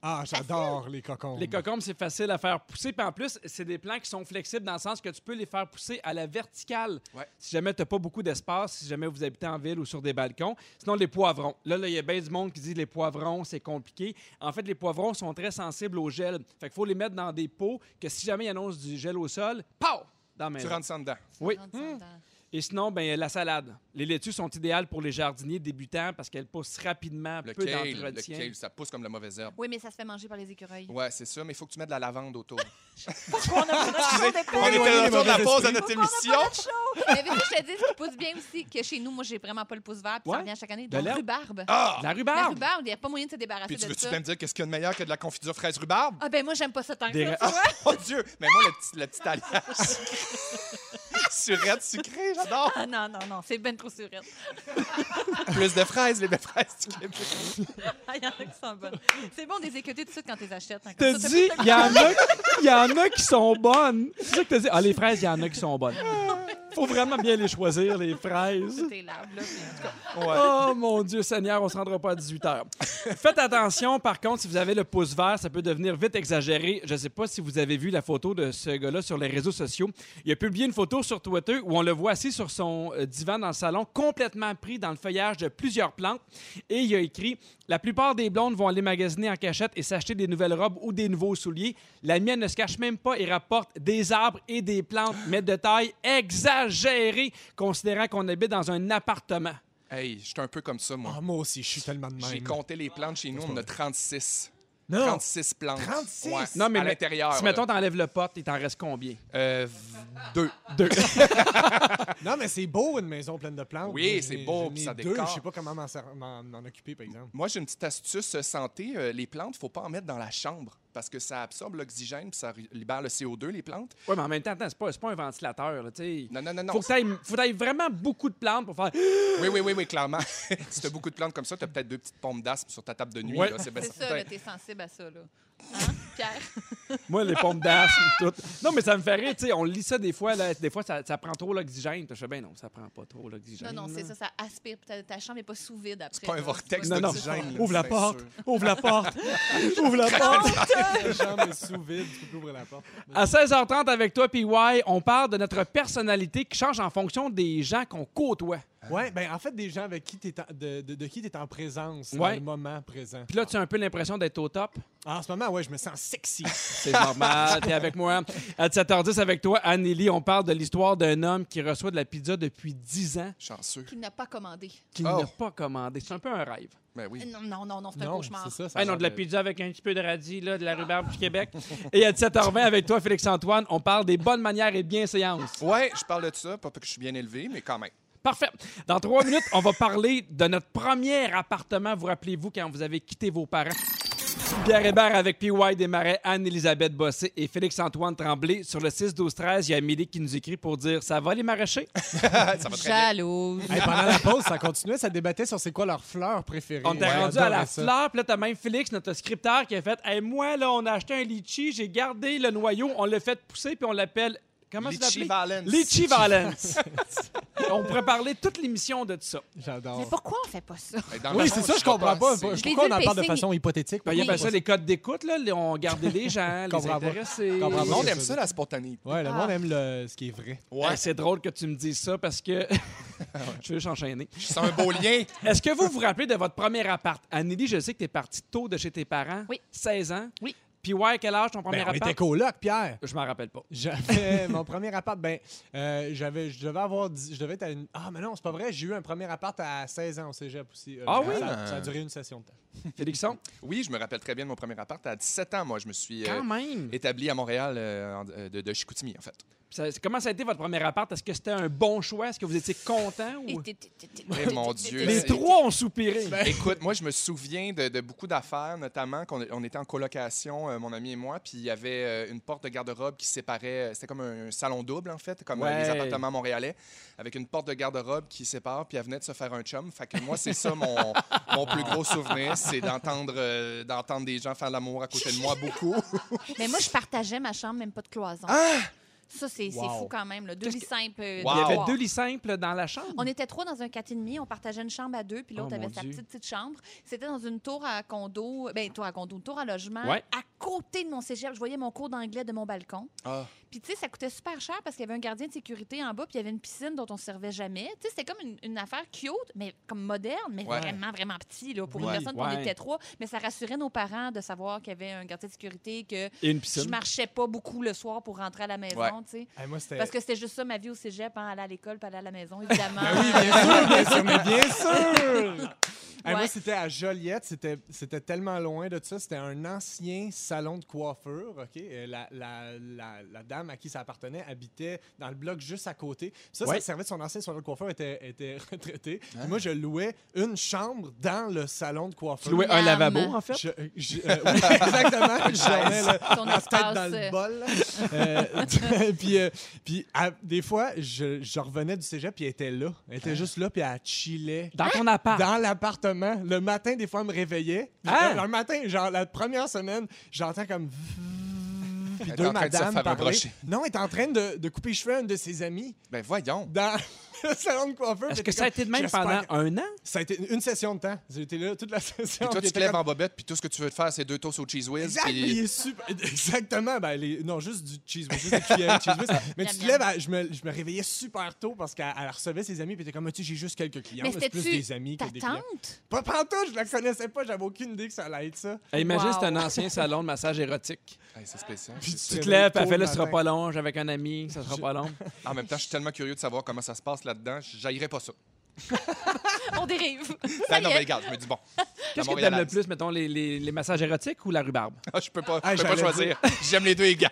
Speaker 6: Ah, j'adore les cocons.
Speaker 1: Les concombres, c'est facile à faire pousser. Puis en plus, c'est des plants qui sont flexibles dans le sens que tu peux les faire pousser à la verticale.
Speaker 4: Ouais.
Speaker 1: Si jamais tu n'as pas beaucoup d'espace, si jamais vous habitez en ville ou sur des balcons. Sinon, les poivrons. Là, là, il y a bien du monde qui dit les poivrons, c'est compliqué. En fait, les poivrons sont très sensibles au gel. Fait qu'il faut les mettre dans des pots que si jamais ils annoncent du gel au sol, pow! Dans la
Speaker 4: Tu
Speaker 1: maison.
Speaker 4: rentres sans dedans.
Speaker 1: Oui.
Speaker 3: Rentre ça dedans.
Speaker 1: Et sinon, ben, la salade. Les laitues sont idéales pour les jardiniers débutants parce qu'elles poussent rapidement,
Speaker 4: Le
Speaker 1: peu
Speaker 4: kale, le
Speaker 1: d'entretien.
Speaker 4: kale, ça pousse comme la mauvaise herbe.
Speaker 3: Oui, mais ça se fait manger par les écureuils.
Speaker 4: Ouais, c'est ça, mais il faut que tu mettes de la lavande autour.
Speaker 3: Pourquoi on a pas de des
Speaker 4: On
Speaker 6: oui, les
Speaker 4: était de retour de la
Speaker 6: mauvais
Speaker 4: pause de
Speaker 6: esprits.
Speaker 4: notre
Speaker 3: Pourquoi on
Speaker 4: émission.
Speaker 3: a pas notre show? Mais veux-tu que je te dis ce qui pousse bien aussi, que chez nous, moi, j'ai vraiment pas le pouce vert, puis
Speaker 1: Ouais.
Speaker 3: ça revient à chaque année.
Speaker 1: De
Speaker 3: De la
Speaker 1: l'herbe.
Speaker 3: rhubarbe.
Speaker 4: Ah!
Speaker 1: La
Speaker 3: La
Speaker 1: rhubarbe!
Speaker 3: rhubarbe, il n'y a pas moyen de se débarrasser
Speaker 4: Puis tu
Speaker 3: de
Speaker 4: veux-tu
Speaker 3: ça.
Speaker 4: bien me dire qu'est-ce qu'il y a de meilleur que de la confiture fraise rhubarbe?
Speaker 3: Ah ben moi, j'aime pas ça tant que
Speaker 1: Des
Speaker 3: ça.
Speaker 1: ra-
Speaker 3: tu vois.
Speaker 4: Oh Dieu! Mais moi, le petit, le petit alliage sucré- surette sucrée, j'adore!
Speaker 3: Ah non, non, non, c'est ben trop surette.
Speaker 4: Plus de fraises, les belles fraises du Québec.
Speaker 3: Ah, Il y en a qui sont bonnes. C'est bon de les écouter tout de suite quand tu les achètes. hein,
Speaker 1: T'as
Speaker 3: comme ça,
Speaker 1: dit,
Speaker 3: t'as plus
Speaker 1: il y, en a- y en a qui sont bonnes. C'est ça que t'as dit. Ah, les fraises, il y en a qui sont bonnes. Faut vraiment bien les choisir, les fraises.
Speaker 3: de- t'es lave, là, mais en tout cas.
Speaker 1: Oh mon Dieu Seigneur, on se rendra pas à 18 heures. Faites attention, par contre, si vous avez le pouce vert, ça peut devenir vite exagéré. Je sais pas si vous avez vu la photo de ce gars-là sur les réseaux sociaux. Il a publié une photo sur Twitter où on le voit assis sur son euh, divan dans le salon, complètement pris dans le feuillage de plusieurs plantes. Et il a écrit La plupart des blondes vont aller magasiner en cachette et s'acheter des nouvelles robes ou des nouveaux souliers. La mienne ne se cache même pas et rapporte des arbres et des plantes, mais de taille à gérer, considérant qu'on habite dans un appartement.
Speaker 4: Hey, je suis un peu comme ça, moi.
Speaker 1: Oh,
Speaker 6: Ah, moi aussi, je suis tellement de même.
Speaker 4: J'ai compté les plantes chez nous, on en a 36.
Speaker 6: Non,
Speaker 4: 36 plantes.
Speaker 6: 36?
Speaker 4: Ouais,
Speaker 1: Non, mais
Speaker 4: à
Speaker 1: mais-
Speaker 4: l'intérieur.
Speaker 1: Si,
Speaker 4: là.
Speaker 1: mettons, t'enlèves le pot, il t'en reste combien?
Speaker 4: Euh, v- deux.
Speaker 1: Deux.
Speaker 6: non, mais c'est beau une maison pleine de plantes.
Speaker 4: Oui,
Speaker 6: J'ai-
Speaker 4: c'est
Speaker 6: j'ai
Speaker 4: beau,
Speaker 6: mis
Speaker 4: puis ça
Speaker 6: deux,
Speaker 4: décore.
Speaker 6: Je sais pas comment m'en ser- m'en m'en occuper, par exemple.
Speaker 4: Moi, j'ai une petite astuce euh, santé. Euh, les plantes, faut pas en mettre dans la chambre parce que ça absorbe l'oxygène puis ça ri- libère le CO2, les plantes.
Speaker 1: Oui, mais en même temps, attends, c'est pas, c'est pas un ventilateur. Là, tu sais.
Speaker 4: Non, non, non, non.
Speaker 1: Faut que t'ailles faut que t'ailles vraiment beaucoup de plantes pour faire.
Speaker 4: Oui, oui, oui, oui, clairement. si t'as beaucoup de plantes comme ça, t'as peut-être deux petites pompes d'asthme sur ta table de nuit.
Speaker 1: Ouais.
Speaker 4: là, c'est bien
Speaker 3: C'est
Speaker 4: certain.
Speaker 3: ça, là, t'es sensible à ça, là. Hein, Pierre?
Speaker 1: Moi, les pompes d'asthme, tout. Non, mais ça me fait rire, tu sais. On lit ça des fois, là. Des fois, ça, ça prend trop l'oxygène. Puis Je fais, ben non, ça prend pas trop l'oxygène.
Speaker 3: Non, non, c'est
Speaker 1: là.
Speaker 3: ça, ça aspire. puis Ta, ta chambre n'est pas sous vide après.
Speaker 4: C'est pas un
Speaker 3: là.
Speaker 4: vortex
Speaker 1: Non, non.
Speaker 4: d'oxygène. là,
Speaker 6: Ouvre la
Speaker 4: c'est
Speaker 6: porte.
Speaker 4: sûr.
Speaker 6: Ouvre la porte. Ouvre la porte. La chambre est sous vide. Tu peux plus ouvrir la porte.
Speaker 1: À 16h30 avec toi, PY, on parle de notre personnalité qui change en fonction des gens qu'on côtoie.
Speaker 6: Ouais, ben en fait, des gens avec qui t'es en- de, de, de qui tu es en présence dans
Speaker 1: Ouais.
Speaker 6: le moment présent. Ah,
Speaker 1: Puis là, tu as un peu l'impression d'être au top.
Speaker 6: En ce moment, ouais, je me sens sexy.
Speaker 1: C'est normal, t'es avec moi. À 17h10 avec toi, Anneli, on parle de l'histoire d'un homme qui reçoit de la pizza depuis 10 ans,
Speaker 4: Chanceux.
Speaker 3: Qu'il n'a pas commandé.
Speaker 1: qui
Speaker 4: Oh.
Speaker 1: n'a pas commandé. C'est un peu un rêve.
Speaker 4: Ben oui.
Speaker 3: Non, non, non, non, c'est un
Speaker 6: non,
Speaker 3: cauchemar.
Speaker 6: c'est ça. ça
Speaker 1: Ah non, de la
Speaker 6: semble-
Speaker 1: pizza avec un petit peu de radis, là, de la rhubarbe du Québec. Et à 17h20 avec toi, Félix-Antoine, on parle des bonnes manières et bienséances.
Speaker 4: Ouais, je parle de ça, pas parce que je suis bien élevé, mais quand même.
Speaker 1: Parfait. Dans trois minutes, on va parler de notre premier appartement. Vous rappelez-vous quand vous avez quitté vos parents? Pierre Hébert avec P.Y. Desmarais, Anne-Élisabeth Bossé et Félix-Antoine Tremblay. Sur le 6-12-13, il y a Amélie qui nous écrit pour dire « Ça va les maraîchers?
Speaker 4: ça va très bien.
Speaker 3: Jalouse.
Speaker 6: Hey, pendant la pause, ça continuait, ça débattait sur c'est quoi leur fleur préférée. »
Speaker 1: On t'a
Speaker 6: Ouais,
Speaker 1: rendu à la
Speaker 6: j'adorais ça.
Speaker 1: fleur, puis là, t'as même Félix, notre scripteur, qui a fait Hey, moi, là, on a acheté un litchi, j'ai gardé le noyau, on l'a fait pousser, puis on l'appelle... » Comment ça
Speaker 4: Litchi
Speaker 1: s'appelle?
Speaker 4: Valence.
Speaker 1: Litchi Valence. on pourrait parler toute l'émission de ça.
Speaker 6: J'adore.
Speaker 1: oh.
Speaker 3: Mais pourquoi on fait pas ça?
Speaker 4: Hey, dans le
Speaker 6: Oui,
Speaker 4: fond,
Speaker 6: c'est ça, je
Speaker 4: serais
Speaker 6: comprends pas.
Speaker 4: assez-
Speaker 3: l'ai
Speaker 6: Pourquoi
Speaker 3: vu,
Speaker 6: on en
Speaker 3: le
Speaker 6: parle de
Speaker 3: pacing,
Speaker 6: façon hypothétique?
Speaker 1: Ben, il
Speaker 6: Pourquoi
Speaker 1: appelle ça les codes d'écoute, là. Les- On gardait les gens, les
Speaker 6: Comprends pas.
Speaker 1: intéressés.
Speaker 6: Comprends
Speaker 4: Le
Speaker 6: pas.
Speaker 4: monde aime ça, la spontanéité.
Speaker 6: Ouais, le
Speaker 3: Ah.
Speaker 6: monde aime le... ce qui est vrai.
Speaker 4: Ouais,
Speaker 1: Hey, Eh, c'est drôle que tu me dises ça parce que. je vais juste enchaîner.
Speaker 4: je sens un beau lien.
Speaker 1: Est-ce que vous vous rappelez de votre premier appart? Anneli, je sais que tu es parti tôt de chez tes parents.
Speaker 3: Oui.
Speaker 1: 16 ans.
Speaker 3: Oui.
Speaker 1: Puis, ouais, quel âge ton premier
Speaker 6: Ben, on était
Speaker 1: appart?
Speaker 6: coloc, Pierre.
Speaker 1: Je m'en rappelle pas.
Speaker 6: J'avais mon premier appart, ben, euh, j'avais, je devais avoir, dix- je devais être à une- ah mais non, c'est pas vrai, j'ai eu un premier appart à 16 ans au cégep aussi. Euh,
Speaker 1: Ah
Speaker 6: mais
Speaker 1: oui?
Speaker 6: Ça, ça a duré une session de temps.
Speaker 1: Félixon,
Speaker 4: Oui, je me rappelle très bien de mon premier appart. À 17 ans, moi, je me suis euh,
Speaker 1: quand même.
Speaker 4: établi à Montréal euh, en- euh, de, de Chicoutimi, en fait.
Speaker 1: Ça- comment ça a été votre premier appart? Est-ce que c'était un bon choix? Est-ce que vous étiez content?
Speaker 3: Et
Speaker 1: Ou...
Speaker 3: t'es- t'es- t'es- t'es-
Speaker 4: Eh,
Speaker 3: t'es-
Speaker 4: mon
Speaker 3: t'es-
Speaker 4: Dieu.
Speaker 3: t'es-
Speaker 1: Les
Speaker 3: t'es-
Speaker 1: trois ont soupiré.
Speaker 6: Ben,
Speaker 4: Écoute, moi, je me souviens de, de beaucoup d'affaires, notamment qu'on on était en colocation, euh, mon ami et moi, puis il y avait euh, une porte de garde-robe qui séparait. euh, C'était comme un, un salon double, en fait, comme euh, les
Speaker 1: Ouais.
Speaker 4: appartements montréalais, avec une porte de garde-robe qui sépare, puis elle venait de se faire un chum. Fait que moi, c'est ça mon, mon plus gros souvenir, c'est d'entendre euh, d'entendre des gens faire l'amour à côté de moi beaucoup.
Speaker 3: Mais moi, je partageais ma chambre, même pas de cloison. Ça, c'est c'est
Speaker 6: Wow.
Speaker 3: fou quand même. Là. Deux
Speaker 1: Ah! Qu'est-ce
Speaker 3: lits simples. euh,
Speaker 4: Wow.
Speaker 1: Il y avait
Speaker 3: trois.
Speaker 1: deux lits simples dans la chambre.
Speaker 3: On était trois dans un 4,5. On partageait une chambre à deux, puis l'autre
Speaker 1: Oh,
Speaker 3: avait
Speaker 1: mon
Speaker 3: sa
Speaker 1: Dieu.
Speaker 3: petite, petite chambre. C'était dans une tour à condo, ben tour à condo, une tour à logement,
Speaker 1: Ouais.
Speaker 3: à côté de mon cégep. Je voyais mon cours d'anglais de mon balcon.
Speaker 4: Ah,
Speaker 3: Puis, tu sais, ça coûtait super cher parce qu'il y avait un gardien de sécurité en bas, puis il y avait une piscine dont on ne servait jamais. Tu sais, c'était comme une, une affaire cute, mais comme moderne, mais
Speaker 4: Ouais.
Speaker 3: vraiment, vraiment petit, là, pour
Speaker 1: Oui,
Speaker 3: une personne qu'on
Speaker 1: ouais.
Speaker 3: était trois. Mais ça rassurait nos parents de savoir qu'il y avait un gardien de sécurité, que
Speaker 1: Et une
Speaker 3: je
Speaker 1: piscine.
Speaker 3: marchais pas beaucoup le soir pour rentrer à la maison,
Speaker 4: Ouais.
Speaker 3: tu sais.
Speaker 6: Eh, moi c'était.
Speaker 3: Parce que c'était juste ça, ma vie au cégep, hein, aller à l'école, puis aller à la maison, évidemment.
Speaker 6: Ben oui, bien sûr, bien sûr, mais bien sûr. Eh, Moi
Speaker 3: Ouais.
Speaker 6: c'était à Joliette, c'était, c'était tellement loin de ça, c'était un ancien salon de coiffure, ok. Euh, La, la- la- la dame à qui ça appartenait habitait dans le bloc juste à côté. Ça,
Speaker 1: Ouais.
Speaker 6: ça servait de son ancien salon de coiffeur était, était retraité. Puis Moi je louais une chambre dans le salon de
Speaker 1: Tu
Speaker 6: coiffeur.
Speaker 1: louais un
Speaker 3: Miam.
Speaker 1: lavabo, en fait.
Speaker 6: Je- je- euh, oui, exactement. Je remets le-
Speaker 3: Ton
Speaker 6: la
Speaker 3: espace,
Speaker 6: tête dans le
Speaker 3: euh,
Speaker 6: bol. là. Euh, puis euh, puis à- des fois, je, je revenais du cégep, puis elle était là. Elle
Speaker 1: Ah.
Speaker 6: était juste là, puis elle chillait.
Speaker 1: Dans ton appart.
Speaker 6: Dans l'appartement. Le matin, des fois, elle me réveillait. Puis,
Speaker 1: Hein?
Speaker 6: euh, Un matin, genre la première semaine, j'entends comme... Puis
Speaker 4: Elle est
Speaker 6: deux
Speaker 4: en train de se
Speaker 6: madames
Speaker 4: faire
Speaker 6: parler.
Speaker 4: embrocher.
Speaker 6: Non, elle est en train de, de couper les cheveux à une de ses amies.
Speaker 4: ben voyons.
Speaker 6: Dans... le salon de coiffeur.
Speaker 1: Est-ce que
Speaker 6: puis t'es
Speaker 1: ça a
Speaker 6: comme,
Speaker 1: été de même
Speaker 6: j'espère
Speaker 1: pendant
Speaker 6: que-
Speaker 1: un an?
Speaker 6: Ça a été une session de temps. J'ai été là toute la session.
Speaker 4: Puis toi,
Speaker 6: puis
Speaker 4: tu te
Speaker 6: j'étais
Speaker 4: lèves
Speaker 6: comme-
Speaker 4: en bobette, puis tout ce que tu veux te faire, c'est deux toasts au cheese whiz.
Speaker 6: Exact, mais il
Speaker 4: Puis...
Speaker 6: est super. Exactement. Ben, les- non, juste du cheese whiz, juste des cuillères de cheese whiz. Mais
Speaker 3: Miam,
Speaker 6: tu te
Speaker 3: miam.
Speaker 6: lèves, à- je, me, je me réveillais super tôt parce qu'elle elle recevait ses amis, puis t'es comme, Ah, tu sais, j'ai juste quelques clients.
Speaker 3: Mais
Speaker 6: là, c'est plus
Speaker 3: c'était-tu
Speaker 6: des amis que
Speaker 3: Ta
Speaker 6: des clients.
Speaker 3: tante?
Speaker 6: Pas pantoute, je la connaissais pas, j'avais aucune idée que ça allait être ça.
Speaker 1: Hey, imagine,
Speaker 3: Wow.
Speaker 1: c'est un ancien salon de massage érotique.
Speaker 4: Hey, c'est spécial.
Speaker 6: Puis
Speaker 4: c'est-
Speaker 1: Tu te
Speaker 6: Réveille
Speaker 1: lèves,
Speaker 6: tôt
Speaker 1: elle fait
Speaker 6: le
Speaker 1: là, ce sera
Speaker 6: matin.
Speaker 1: pas long, j'ai avec un ami, ça sera pas long.
Speaker 4: En même temps, je suis tellement curieux de savoir comment ça se passe là-dedans. J'haïrais pas ça.
Speaker 3: On dérive.
Speaker 4: Ben
Speaker 3: Ça y
Speaker 4: non, mais
Speaker 3: est.
Speaker 4: regarde, je me dis, bon, La
Speaker 1: Qu'est-ce que t'aimes le
Speaker 4: Montréalaise.
Speaker 1: plus, mettons, les, les- les massages érotiques ou la rhubarbe?
Speaker 4: ah, je peux pas,
Speaker 6: Ah,
Speaker 4: je peux pas
Speaker 6: j'allais
Speaker 4: choisir. J'aime les deux égards.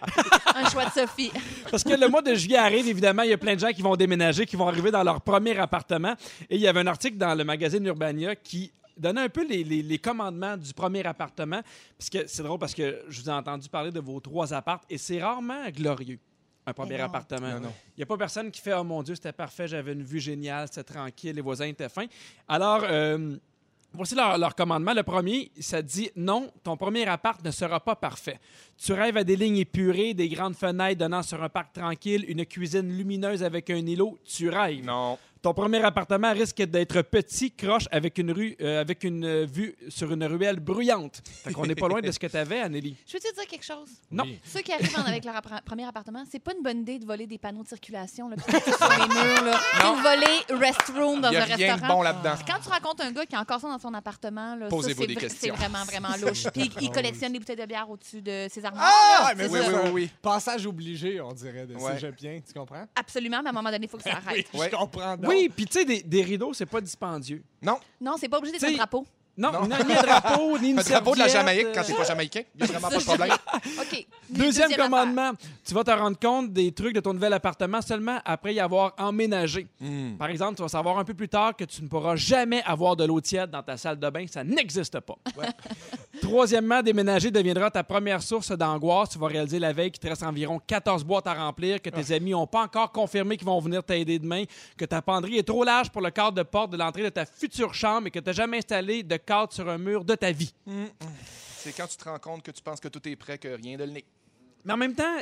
Speaker 3: Un choix de Sophie.
Speaker 1: Parce que le mois de juillet arrive, évidemment, il y a plein de gens qui vont déménager, qui vont arriver dans leur premier appartement. Et il y avait un article dans le magazine Urbania qui donnait un peu les, les- les commandements du premier appartement. Puisque c'est drôle parce que je vous ai entendu parler de vos trois appartes et c'est rarement glorieux. Un premier
Speaker 3: non.
Speaker 1: appartement.
Speaker 4: Non, non.
Speaker 1: Il n'y a pas personne qui fait Oh mon Dieu, c'était parfait, j'avais une vue géniale, c'était tranquille, les voisins étaient fins. Alors, euh, voici leur, leur commandement. Le premier, ça dit Non, ton premier appart ne sera pas parfait. Tu rêves à des lignes épurées, des grandes fenêtres donnant sur un parc tranquille, une cuisine lumineuse avec un îlot. Tu rêves.
Speaker 4: Non.
Speaker 1: Ton premier appartement risque d'être petit, croche, avec une rue, euh, avec une euh, vue sur une ruelle bruyante. Fait qu'on n'est pas loin de ce que tu avais, Anneli.
Speaker 3: Je veux te dire quelque chose.
Speaker 1: Non.
Speaker 3: Ceux qui arrivent en- avec leur appre- premier appartement, c'est pas une bonne idée de voler des panneaux de circulation là, puis de mettre ça sur les murs. Là.
Speaker 4: Non.
Speaker 3: Ou de voler restroom dans
Speaker 4: Il y a
Speaker 3: un
Speaker 4: rien de
Speaker 3: restaurant.
Speaker 4: bon là-dedans.
Speaker 3: Quand tu rencontres un gars qui a encore ça dans son appartement, là, ça,
Speaker 4: Posez-vous
Speaker 3: c'est
Speaker 4: des
Speaker 3: vra-
Speaker 4: questions. Ah
Speaker 3: C'est vraiment, vraiment louche. Puis il collectionne les bouteilles de bière au-dessus de ses armoires.
Speaker 6: Ah, mais
Speaker 4: Oui,
Speaker 6: ça,
Speaker 4: oui,
Speaker 6: c'est
Speaker 4: oui,
Speaker 6: un
Speaker 4: oui.
Speaker 6: Passage obligé, on dirait, de
Speaker 4: Ouais.
Speaker 6: cégepien, tu comprends?
Speaker 3: Absolument, mais à un moment donné, il faut que ça arrête.
Speaker 4: Ouais.
Speaker 6: Je comprends. donc.
Speaker 1: Oui, puis tu sais, des, des rideaux, c'est pas dispendieux.
Speaker 3: Non, c'est pas obligé d'être
Speaker 1: T'sais,
Speaker 3: un drapeau.
Speaker 1: Non,
Speaker 4: Non.
Speaker 1: ni un drapeau, ni une
Speaker 4: Un drapeau de la
Speaker 1: serviette,
Speaker 4: Jamaïque quand
Speaker 1: euh,
Speaker 4: t'es pas jamaïcain. Il y a vraiment pas de problème.
Speaker 3: OK.
Speaker 1: Deuxième,
Speaker 3: affaire.
Speaker 1: commandement, tu vas te rendre compte des trucs de ton nouvel appartement seulement après y avoir emménagé.
Speaker 4: Hmm.
Speaker 1: Par exemple, tu vas savoir un peu plus tard que tu ne pourras jamais avoir de l'eau tiède dans ta salle de bain. Ça n'existe pas. Troisièmement, déménager deviendra ta première source d'angoisse. Tu vas réaliser la veille qu'il te reste environ 14 boîtes à remplir, que
Speaker 4: Ah.
Speaker 1: tes amis n'ont pas encore confirmé qu'ils vont venir t'aider demain, que ta penderie est trop large pour le cadre de porte de l'entrée de ta future chambre et que tu n'as jamais installé de cadre sur un mur de ta vie.
Speaker 4: C'est quand tu te rends compte que tu penses que tout est prêt, que rien de le n'est.
Speaker 1: Mais en même temps,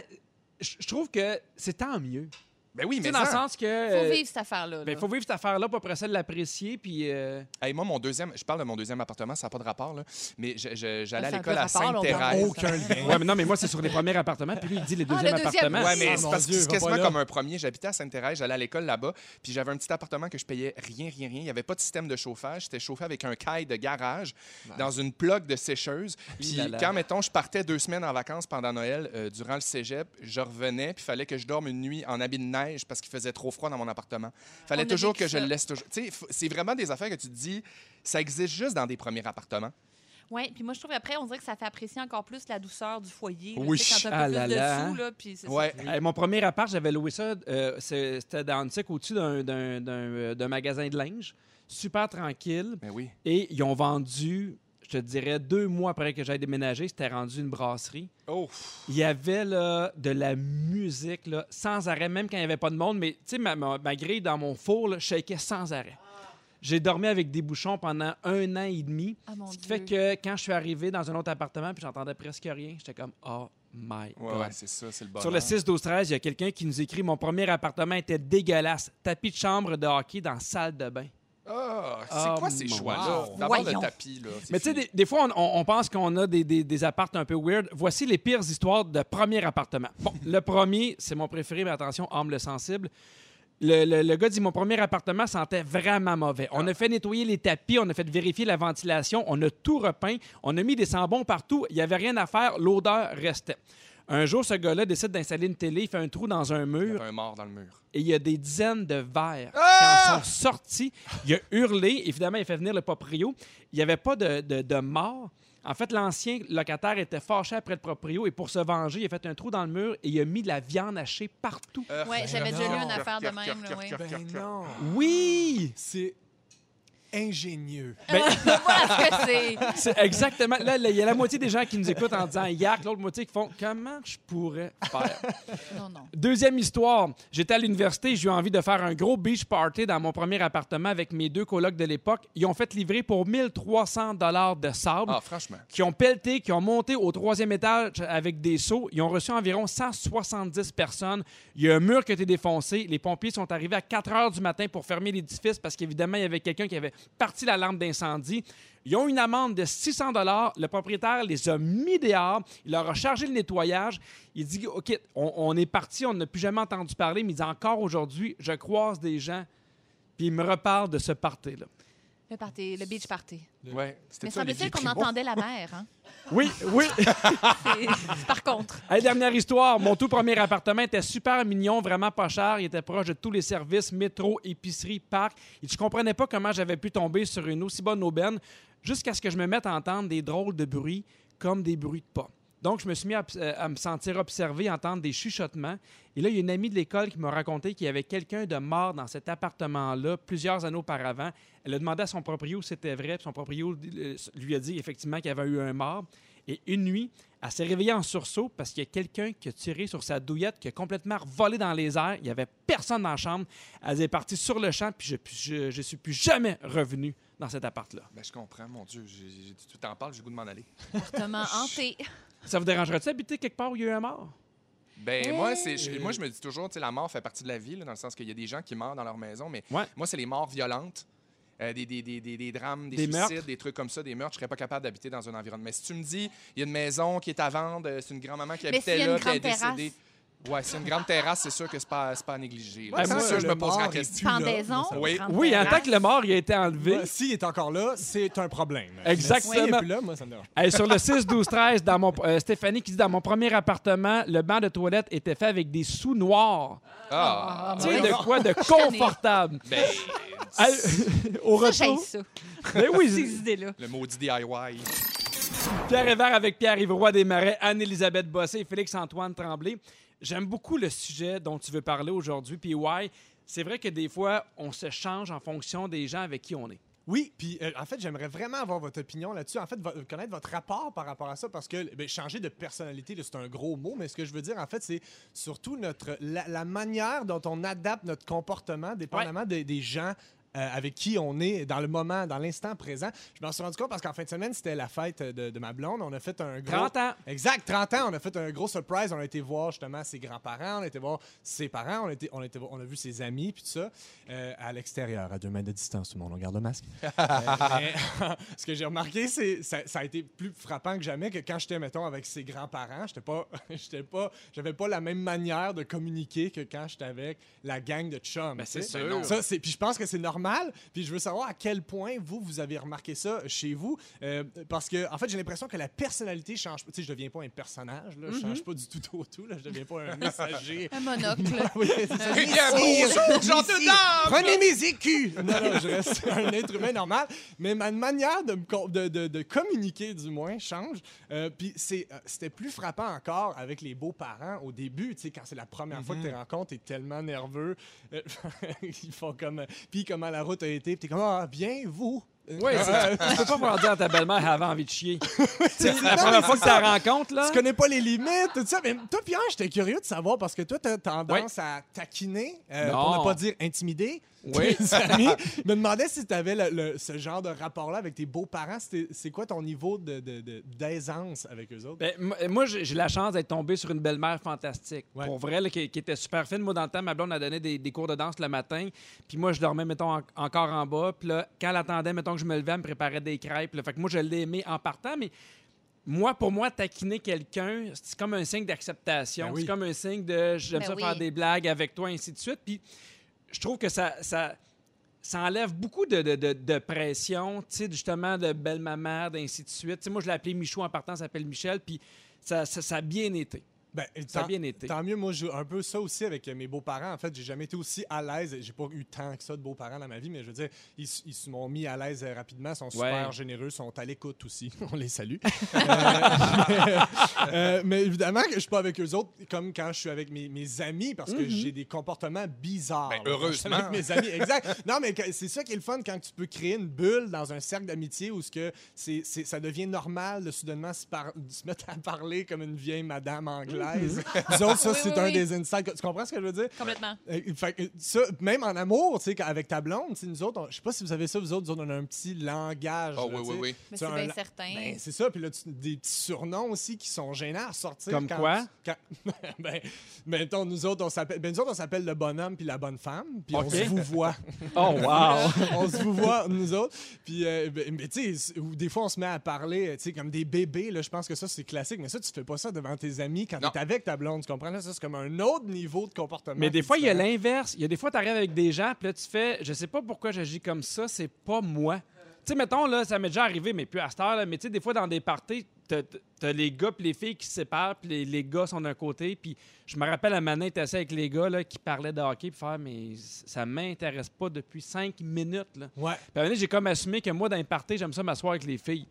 Speaker 1: je je trouve que c'est tant mieux.
Speaker 4: Ben oui,
Speaker 1: Tu
Speaker 4: mais
Speaker 1: sais, dans le
Speaker 4: ça-
Speaker 1: sens que.
Speaker 3: Faut
Speaker 1: euh,
Speaker 3: vivre cette affaire-là. là.
Speaker 1: ben, faut vivre cette affaire-là pour après ça l'apprécier. Puis. euh,
Speaker 4: Hey, moi, mon deuxième, je parle de mon deuxième appartement, ça n'a pas de rapport, là. mais je- je- j'allais à
Speaker 3: Ça a un peu
Speaker 4: l'école à
Speaker 3: rapport, là, on
Speaker 4: Sainte-Thérèse.
Speaker 3: parle.
Speaker 6: Aucun lien.
Speaker 1: Ben Ouais, mais non, mais moi, c'est sur les premiers appartements. Puis lui, il dit les
Speaker 3: Ah,
Speaker 1: deuxièmes
Speaker 3: le deuxième.
Speaker 1: appartements.
Speaker 4: Ouais,
Speaker 3: Ah,
Speaker 4: mais c'est
Speaker 6: mon
Speaker 4: parce que
Speaker 6: Dieu,
Speaker 4: c'est
Speaker 6: va pas
Speaker 4: quasiment
Speaker 6: là.
Speaker 4: comme un premier. J'habitais à Sainte-Thérèse, j'allais à l'école là-bas, puis j'avais un petit appartement que je payais rien, rien, rien. Il n'y avait pas de système de chauffage. J'étais chauffé avec un caille de garage dans une plug de sécheuse. Puis
Speaker 1: là là.
Speaker 4: quand, mettons, je partais deux semaines en vacances pendant Noël, euh, durant le cégep, je revenais, puis il fallait que je dorme une nuit en habit de neige parce qu'il faisait trop froid dans mon appartement. fallait
Speaker 3: On a
Speaker 4: toujours
Speaker 3: vécu
Speaker 4: que je le
Speaker 3: ça.
Speaker 4: laisse toujours. Tu sais, f- c'est vraiment des affaires que tu te dis, ça existe juste dans des premiers appartements.
Speaker 3: Oui, puis moi, je trouve après, on dirait que ça fait apprécier encore plus la douceur du foyer. là,
Speaker 4: Oui.
Speaker 3: tu sais, Quand t'as
Speaker 1: Ah
Speaker 3: un peu
Speaker 1: là
Speaker 3: plus
Speaker 1: là.
Speaker 3: de sous, là, puis c'est ça.
Speaker 4: Ouais.
Speaker 1: Euh, mon premier appart, j'avais loué ça. euh, c'est- C'était dans une sec au-dessus d'un- d'un- d'un euh, d'un magasin de linge. Super tranquille.
Speaker 4: Mais Ben oui.
Speaker 1: Et ils ont vendu, je te dirais, deux mois après que j'aille déménager, c'était rendu une brasserie.
Speaker 4: Oh,
Speaker 1: Il y avait là, de la musique là, sans arrêt, même quand il n'y avait pas de monde. Mais tu sais, ma, ma- ma grille dans mon four là, shakeait sans arrêt. J'ai dormi avec des bouchons pendant un an et demi.
Speaker 3: Ah, mon
Speaker 1: ce qui
Speaker 3: Dieu.
Speaker 1: fait que quand je suis arrivé dans un autre appartement puis j'entendais presque rien, j'étais comme Oh my
Speaker 4: ouais,
Speaker 1: God.
Speaker 4: ouais, c'est ça, c'est le bonheur.
Speaker 1: Sur le 6 12 13, il y a quelqu'un qui nous écrit mon premier appartement était dégueulasse, tapis de chambre de hockey dans salle de bain.
Speaker 4: Ah,
Speaker 1: Ah,
Speaker 4: c'est quoi ces
Speaker 1: mon
Speaker 4: choix-là?
Speaker 6: Dieu.
Speaker 4: D'abord le
Speaker 3: Voyons.
Speaker 4: tapis, là. c'est
Speaker 1: Mais tu sais,
Speaker 4: fini.
Speaker 1: des, des fois, on, on- on pense qu'on a des, des, des appartes un peu weird. Voici les pires histoires de premier appartement. Bon, le premier, c'est mon préféré, mais attention, homme le sensible. Le, le- le gars dit Mon premier appartement sentait vraiment mauvais.
Speaker 4: Ah.
Speaker 1: On a fait nettoyer les tapis, on a fait vérifier la ventilation, on a tout repeint, on a mis des sambons partout, il n'y avait rien à faire, l'odeur restait. Un jour, ce gars-là décide d'installer une télé, il fait un trou dans un
Speaker 4: Il y
Speaker 1: mur
Speaker 4: avait un mort dans le mur.
Speaker 1: et il y a des dizaines de verres
Speaker 4: Ah!
Speaker 1: qui en sont sortis. Il a hurlé. Évidemment, il fait venir le proprio. Il n'y avait pas de, de- de mort. En fait, l'ancien locataire était fâché après le proprio et pour se venger, il a fait un trou dans le mur et il a mis de la viande hachée partout.
Speaker 4: Euh,
Speaker 3: Ouais, j'avais
Speaker 6: non.
Speaker 3: déjà lu une
Speaker 6: Cœur,
Speaker 3: affaire de
Speaker 4: cœur,
Speaker 3: même.
Speaker 4: cœur,
Speaker 3: là,
Speaker 4: cœur,
Speaker 3: ouais.
Speaker 4: cœur.
Speaker 6: Ben non.
Speaker 1: Oui!
Speaker 6: C'est ingénieux.
Speaker 1: Ben,
Speaker 3: Voilà ce que c'est.
Speaker 1: c'est exactement. Là, là, il y a la moitié des gens qui nous écoutent en disant Yark, l'autre moitié qui font Comment je pourrais faire
Speaker 3: Non, non.
Speaker 1: Deuxième histoire, j'étais à l'université, j'ai eu envie de faire un gros beach party dans mon premier appartement avec mes deux colocs de l'époque. Ils ont fait livrer pour 1300 dollars de sable.
Speaker 4: Ah, franchement.
Speaker 1: qui ont pelleté, qui ont monté au troisième étage avec des seaux. Ils ont reçu environ 170 personnes. Il y a un mur qui a été défoncé. Les pompiers sont arrivés à 4 heures du matin pour fermer l'édifice parce qu'évidemment, il y avait quelqu'un qui avait parti la lampe d'incendie. Ils ont une amende de 600 dollars. Le propriétaire les a mis dehors. Il leur a chargé le nettoyage. Il dit, OK, on, on est parti, on n'a plus jamais entendu parler, mais il dit encore aujourd'hui, je croise des gens, puis ils me reparlent de ce party-là.
Speaker 3: Le, party, le beach party.
Speaker 4: Ouais. C'était
Speaker 3: Mais
Speaker 4: ça, Olivier
Speaker 3: semble-t-il qu'on
Speaker 4: Primo.
Speaker 3: entendait la mer. Hein?
Speaker 1: Oui, oui.
Speaker 3: C'est- c'est par contre.
Speaker 1: Hey, dernière histoire, mon tout premier appartement était super mignon, vraiment pas cher. Il était proche de tous les services, métro, épicerie, parc. Et je comprenais pas comment j'avais pu tomber sur une aussi bonne aubaine jusqu'à ce que je me mette à entendre des drôles de bruits comme des bruits de pas. Donc, je me suis mis à, euh, à me sentir observé, entendre des chuchotements. Et là, il y a une amie de l'école qui m'a raconté qu'il y avait quelqu'un de mort dans cet appartement-là plusieurs années auparavant. Elle a demandé à son proprio si c'était vrai. puis Son proprio euh, lui a dit effectivement qu'il y avait eu un mort. Et une nuit, elle s'est réveillée en sursaut parce qu'il y a quelqu'un qui a tiré sur sa douillette, qui a complètement volé dans les airs. Il n'y avait personne dans la chambre. Elle est partie sur le champ, puis je ne suis plus jamais revenu dans cet appart-là.
Speaker 4: Ben, je comprends, mon Dieu. j'ai- j'ai- Tu t'en parles, j'ai le goût de m'en aller.
Speaker 3: Appartement hanté.
Speaker 1: Ça vous dérangerait-tu d'habiter quelque part où il y a eu un mort?
Speaker 4: Ben, moi, c'est, je, moi, je me dis toujours, tu sais, la mort fait partie de la vie, là, dans le sens qu'il y a des gens qui meurent dans leur maison, mais
Speaker 1: Ouais.
Speaker 4: moi, c'est les morts violentes. euh, des, des, des, des, des drames, des,
Speaker 1: Des
Speaker 4: suicides,
Speaker 1: meurtres.
Speaker 4: des trucs comme ça, des meurtres, je serais pas capable d'habiter dans un environnement. Mais si tu me dis, il y a une maison qui est à vendre, euh, c'est une grand-maman qui
Speaker 3: Mais
Speaker 4: habitait
Speaker 3: s'il y a
Speaker 4: là,
Speaker 3: une
Speaker 4: puis elle est
Speaker 3: grande terrasse.
Speaker 4: décédée. Ouais, c'est une grande terrasse, c'est sûr que c'est pas, c'est pas à négliger. là.
Speaker 6: Ouais,
Speaker 4: C'est
Speaker 1: moi,
Speaker 4: sûr,
Speaker 6: le
Speaker 4: je me poserai la
Speaker 6: mort est
Speaker 4: question.
Speaker 6: plus là.
Speaker 3: Pendaison.
Speaker 4: Oui.
Speaker 3: grande
Speaker 1: Oui, en tant
Speaker 3: terrasse.
Speaker 1: que le mort il a été enlevé.
Speaker 6: Ouais, S'il est encore là, c'est un problème.
Speaker 1: Exactement.
Speaker 6: S'il est plus là, moi, ça me dérange.
Speaker 1: Hey, sur le 6-12-13, dans mon- euh, Stéphanie qui dit dans mon premier appartement, le banc de toilette était fait avec des sous noirs.
Speaker 4: Ah,
Speaker 1: Tu sais,
Speaker 3: ouais.
Speaker 1: de quoi de confortable.
Speaker 4: ben,
Speaker 1: Hey, au
Speaker 3: Ça, j'haïs
Speaker 1: retour.
Speaker 3: ça,
Speaker 1: Mais oui,
Speaker 3: ces idées-là.
Speaker 4: le maudit DIY.
Speaker 1: Pierre Hébert avec Pierre Yvroy Desmarais, Anne-Élisabeth Bossé et Félix-Antoine Tremblay. J'aime beaucoup le sujet dont tu veux parler aujourd'hui, puis why. C'est vrai que des fois, on se change en fonction des gens avec qui on est.
Speaker 6: Oui, puis euh, en fait, j'aimerais vraiment avoir votre opinion là-dessus. En fait, vo- connaître votre rapport par rapport à ça, parce que ben, changer de personnalité, là, c'est un gros mot, mais ce que je veux dire, en fait, c'est surtout notre la, la manière dont on adapte notre comportement, dépendamment des, des gens. euh, avec qui on est dans le moment, dans l'instant présent. Je m'en suis rendu compte parce qu'en fin de semaine, c'était la fête de, de ma blonde. On a fait un gros...
Speaker 1: 30 ans.
Speaker 6: Exact, 30 ans. On a fait un gros surprise. On a été voir justement ses grands-parents, on a été voir ses parents, on a, été, on a, été voir- on a vu ses amis, puis tout ça, euh, à l'extérieur, à deux mètres de distance. Tout le monde, on garde le masque. Euh,
Speaker 1: Ah.
Speaker 6: mais, ce que j'ai remarqué, c'est ça, ça a été plus frappant que jamais que quand j'étais, mettons, avec ses grands-parents, j'étais pas, j'étais pas, j'avais pas la même manière de communiquer que quand j'étais avec la gang de chums.
Speaker 1: Ben, c'est
Speaker 6: tu sais.
Speaker 4: sûr.
Speaker 6: Ça, c'est- puis je pense que c'est normal. Puis je veux savoir à quel point vous, vous avez remarqué ça chez vous. Euh, parce que, en fait, j'ai l'impression que la personnalité change. pas. Tu sais, je deviens pas un personnage, là. Je
Speaker 1: Mm-hmm.
Speaker 6: change pas du tout au tout, là. Je deviens pas un messager.
Speaker 3: Un monocle.
Speaker 6: Oui, c'est ça.
Speaker 4: bonjour, gentilhomme!
Speaker 6: Prenez mes écus! Non, non, je reste un être humain normal, mais ma manière de, me com- de, de- de communiquer, du moins, change. Euh, Puis c'est, euh, c'était plus frappant encore avec les beaux-parents au début, tu sais, quand c'est la première fois que tu les rencontres, t'es tellement nerveux. euh, ils font comme... euh, Puis comment la route a été, puis t'es comme « Ah, bien, vous! »
Speaker 1: Oui, tu peux pas pouvoir dire à ta belle-mère qu'elle avait envie de chier. C'est la première fois que tu la rencontres, là.
Speaker 6: Tu connais pas les limites, tout ça. Mais toi, Pierre, j'étais curieux de savoir parce que toi, t'as tendance à taquiner, euh, pour
Speaker 1: Non.
Speaker 6: ne pas dire intimider.
Speaker 1: Oui.
Speaker 6: tes amis. Je me demandais si tu avais ce genre de rapport-là avec tes beaux-parents. C'était- C'est quoi ton niveau de- de- de- d'aisance avec eux autres?
Speaker 1: Ben, m- moi, j'ai j'ai la chance d'être tombé sur une belle-mère fantastique.
Speaker 6: Ouais.
Speaker 1: Pour vrai, là, qui, qui était super fine. Moi, dans le temps, ma blonde a donné des, des cours de danse le matin. Puis moi, je dormais, mettons, en- encore en bas. Puis là, quand elle attendait, mettons, que je me levais, elle me préparait des crêpes. là. Fait que moi, je l'ai aimé en partant. Mais moi, pour moi, taquiner quelqu'un, c'est comme un signe d'acceptation.
Speaker 6: Ben oui.
Speaker 1: C'est comme un signe de j'aime
Speaker 3: Ben
Speaker 1: ça
Speaker 3: oui.
Speaker 1: faire des blagues avec toi, ainsi de suite. Puis je trouve que ça. ça ça enlève beaucoup de, de, de, de pression, tu sais, justement, de belle-maman, d'ainsi de suite. Tu sais, moi, je l'ai appelé Michou en partant, ça s'appelle Michel, puis ça, ça, ça a bien été.
Speaker 6: Ben,
Speaker 1: Ça a
Speaker 6: tant-
Speaker 1: bien été.
Speaker 6: Tant mieux, moi, j'ai un peu ça aussi avec euh, mes beaux-parents. En fait, j'ai jamais été aussi à l'aise. J'ai pas eu tant que ça de beaux-parents dans ma vie, mais je veux dire, ils, s- ils se m'ont mis à l'aise euh, rapidement, sont super
Speaker 1: Ouais.
Speaker 6: généreux, sont à l'écoute aussi. On les salue. Euh, mais, euh, mais évidemment que je suis pas avec eux autres, comme quand je suis avec mes, mes amis, parce que
Speaker 1: Mm-hmm.
Speaker 6: j'ai des comportements bizarres.
Speaker 4: Ben,
Speaker 6: là, quand je suis
Speaker 4: heureusement.
Speaker 6: avec mes amis, exact. Non, mais que- c'est ça qui est le fun quand tu peux créer une bulle dans un cercle d'amitié où ce que c'est, c'est- ça devient normal de soudainement se, par- de se mettre à parler comme une vieille madame anglaise. Nous autres, ça,
Speaker 3: Mhm. Oui,
Speaker 6: c'est
Speaker 3: oui,
Speaker 6: un
Speaker 3: oui.
Speaker 6: des insights. Tu comprends ce que je veux dire?
Speaker 3: Complètement.
Speaker 6: Euh, fait que ça, même en amour, tu sais, avec ta blonde, tu sais, nous autres, on- je sais pas si vous avez ça, vous autres, nous autres, on a un petit langage.
Speaker 4: Oh,
Speaker 6: là, tu
Speaker 4: oui, oui,
Speaker 6: sais.
Speaker 4: oui.
Speaker 3: Mais
Speaker 6: Tu as
Speaker 3: c'est
Speaker 6: un
Speaker 3: bien
Speaker 6: la-
Speaker 3: certain.
Speaker 6: Ben, c'est ça, puis là, tu- des petits surnoms aussi qui sont gênants à sortir.
Speaker 1: Comme
Speaker 6: quand-
Speaker 1: quoi?
Speaker 6: quand- ben, mettons, nous autres, on s'appelle, ben, nous autres, on s'appelle le bonhomme puis la bonne femme, puis
Speaker 1: Ok.
Speaker 6: on se vous voit.
Speaker 1: Oh, wow!
Speaker 6: on se vous voit, nous autres. Puis, euh, ben, mais tu sais, ou des fois, on se met à parler, euh, tu sais, comme des bébés, là, je pense que ça, c'est classique, mais ça, tu fais pas ça devant tes amis quand
Speaker 4: Non.
Speaker 6: t'es avec ta blonde, tu comprends? Là, ça, c'est comme un autre niveau de comportement.
Speaker 1: Mais des
Speaker 6: qui est
Speaker 1: fois, il y a
Speaker 6: différent.
Speaker 1: l'inverse. Il y a des fois, tu arrives avec des gens, puis là, tu fais, je sais pas pourquoi j'agis comme ça, c'est pas moi. Tu sais, mettons, là, ça m'est déjà arrivé, mais plus à cette heure, là, mais tu sais, des fois, dans des parties, t'as- t'as les gars puis les filles qui se séparent, puis les, les gars sont d'un côté, puis je me rappelle, à Manin, t'es assis avec les gars, là, qui parlaient de hockey, puis faire, mais ça m'intéresse pas depuis cinq minutes, là. Puis à
Speaker 6: Ouais.
Speaker 1: un moment donné, j'ai comme assumé que moi, dans les parties, j'aime ça m'asseoir avec les filles.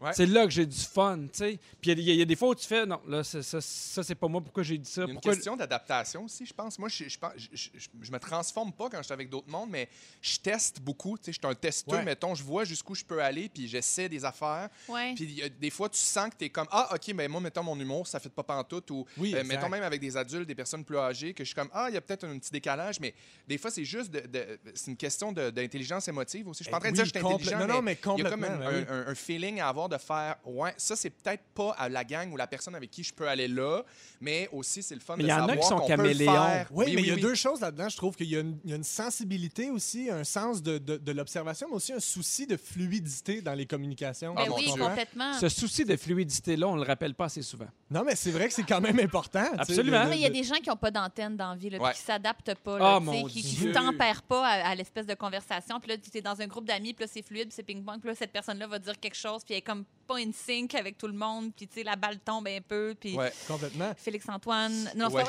Speaker 4: Ouais.
Speaker 1: C'est là que j'ai du fun, tu sais. Puis il y, a- il y a des fois où tu fais, non, là, ça, ça, ça, c'est pas moi, pourquoi j'ai dit ça?
Speaker 4: Il y a une
Speaker 1: Pourquoi...
Speaker 4: question d'adaptation aussi, je pense. Moi, je, je, pense- je, je- je- je me transforme pas quand je suis avec d'autres mondes, mais je teste beaucoup. Tu sais, je suis un testeux,
Speaker 6: Ouais.
Speaker 4: mettons. Je vois jusqu'où je peux aller, puis j'essaie des affaires.
Speaker 3: Ouais.
Speaker 4: Puis il y a- des fois, tu sens que tu es comme Ah, OK, mais moi, mettons mon humour, ça fait pas pantoute. Ou euh,
Speaker 6: Oui, exact.
Speaker 4: mettons même avec des adultes, des personnes plus âgées, que je suis comme Ah, il y a peut-être un petit décalage, mais des fois, c'est juste de- de- c'est une question de- d'intelligence émotive aussi. Je suis pas en train de
Speaker 6: Oui,
Speaker 4: dire que je suis intelligent.
Speaker 6: complètement. Non, non, mais
Speaker 4: il y a comme
Speaker 6: complètement,
Speaker 4: un-
Speaker 6: ben oui.
Speaker 4: un- un, un feeling à avoir de faire Ouais, ça, c'est peut-être pas à la gang ou la personne avec qui je peux aller là, mais aussi, c'est le fun
Speaker 1: Mais
Speaker 4: de
Speaker 1: il y en a
Speaker 4: savoir
Speaker 1: qui sont
Speaker 4: qu'on peut le
Speaker 1: caméléons.
Speaker 4: faire.
Speaker 6: Oui, mais il y a
Speaker 4: oui.
Speaker 6: deux choses là-dedans. Je trouve qu'il y, a une- il y a une sensibilité aussi, un sens de, de- de l'observation, mais aussi un souci de fluidité dans les communications.
Speaker 3: Ben
Speaker 4: mon
Speaker 3: oui,
Speaker 4: Dieu.
Speaker 3: complètement.
Speaker 1: Ce souci de fluidité-là, on le rappelle pas assez souvent.
Speaker 6: Non, mais c'est vrai que c'est quand même important. tu sais,
Speaker 1: Absolument.
Speaker 6: de-
Speaker 3: Non,
Speaker 6: de-
Speaker 3: Ah, mais il y a des gens qui n'ont pas d'antenne dans la vie, là, puis
Speaker 4: Ouais.
Speaker 3: qui s'adaptent pas,
Speaker 1: Ah,
Speaker 3: là, tu sais,
Speaker 1: mon
Speaker 3: qui
Speaker 1: Dieu.
Speaker 3: ne tempèrent pas à, à l'espèce de conversation. Puis là, tu es dans un groupe d'amis, puis là, c'est fluide, puis c'est ping-pong, puis là, cette personne-là va dire quelque chose, puis elle est comme pas in sync avec tout le monde, puis tu sais, la balle tombe un peu, puis
Speaker 4: Ouais.
Speaker 6: Complètement.
Speaker 3: Félix-Antoine... Non,
Speaker 4: Ouais.
Speaker 3: c'est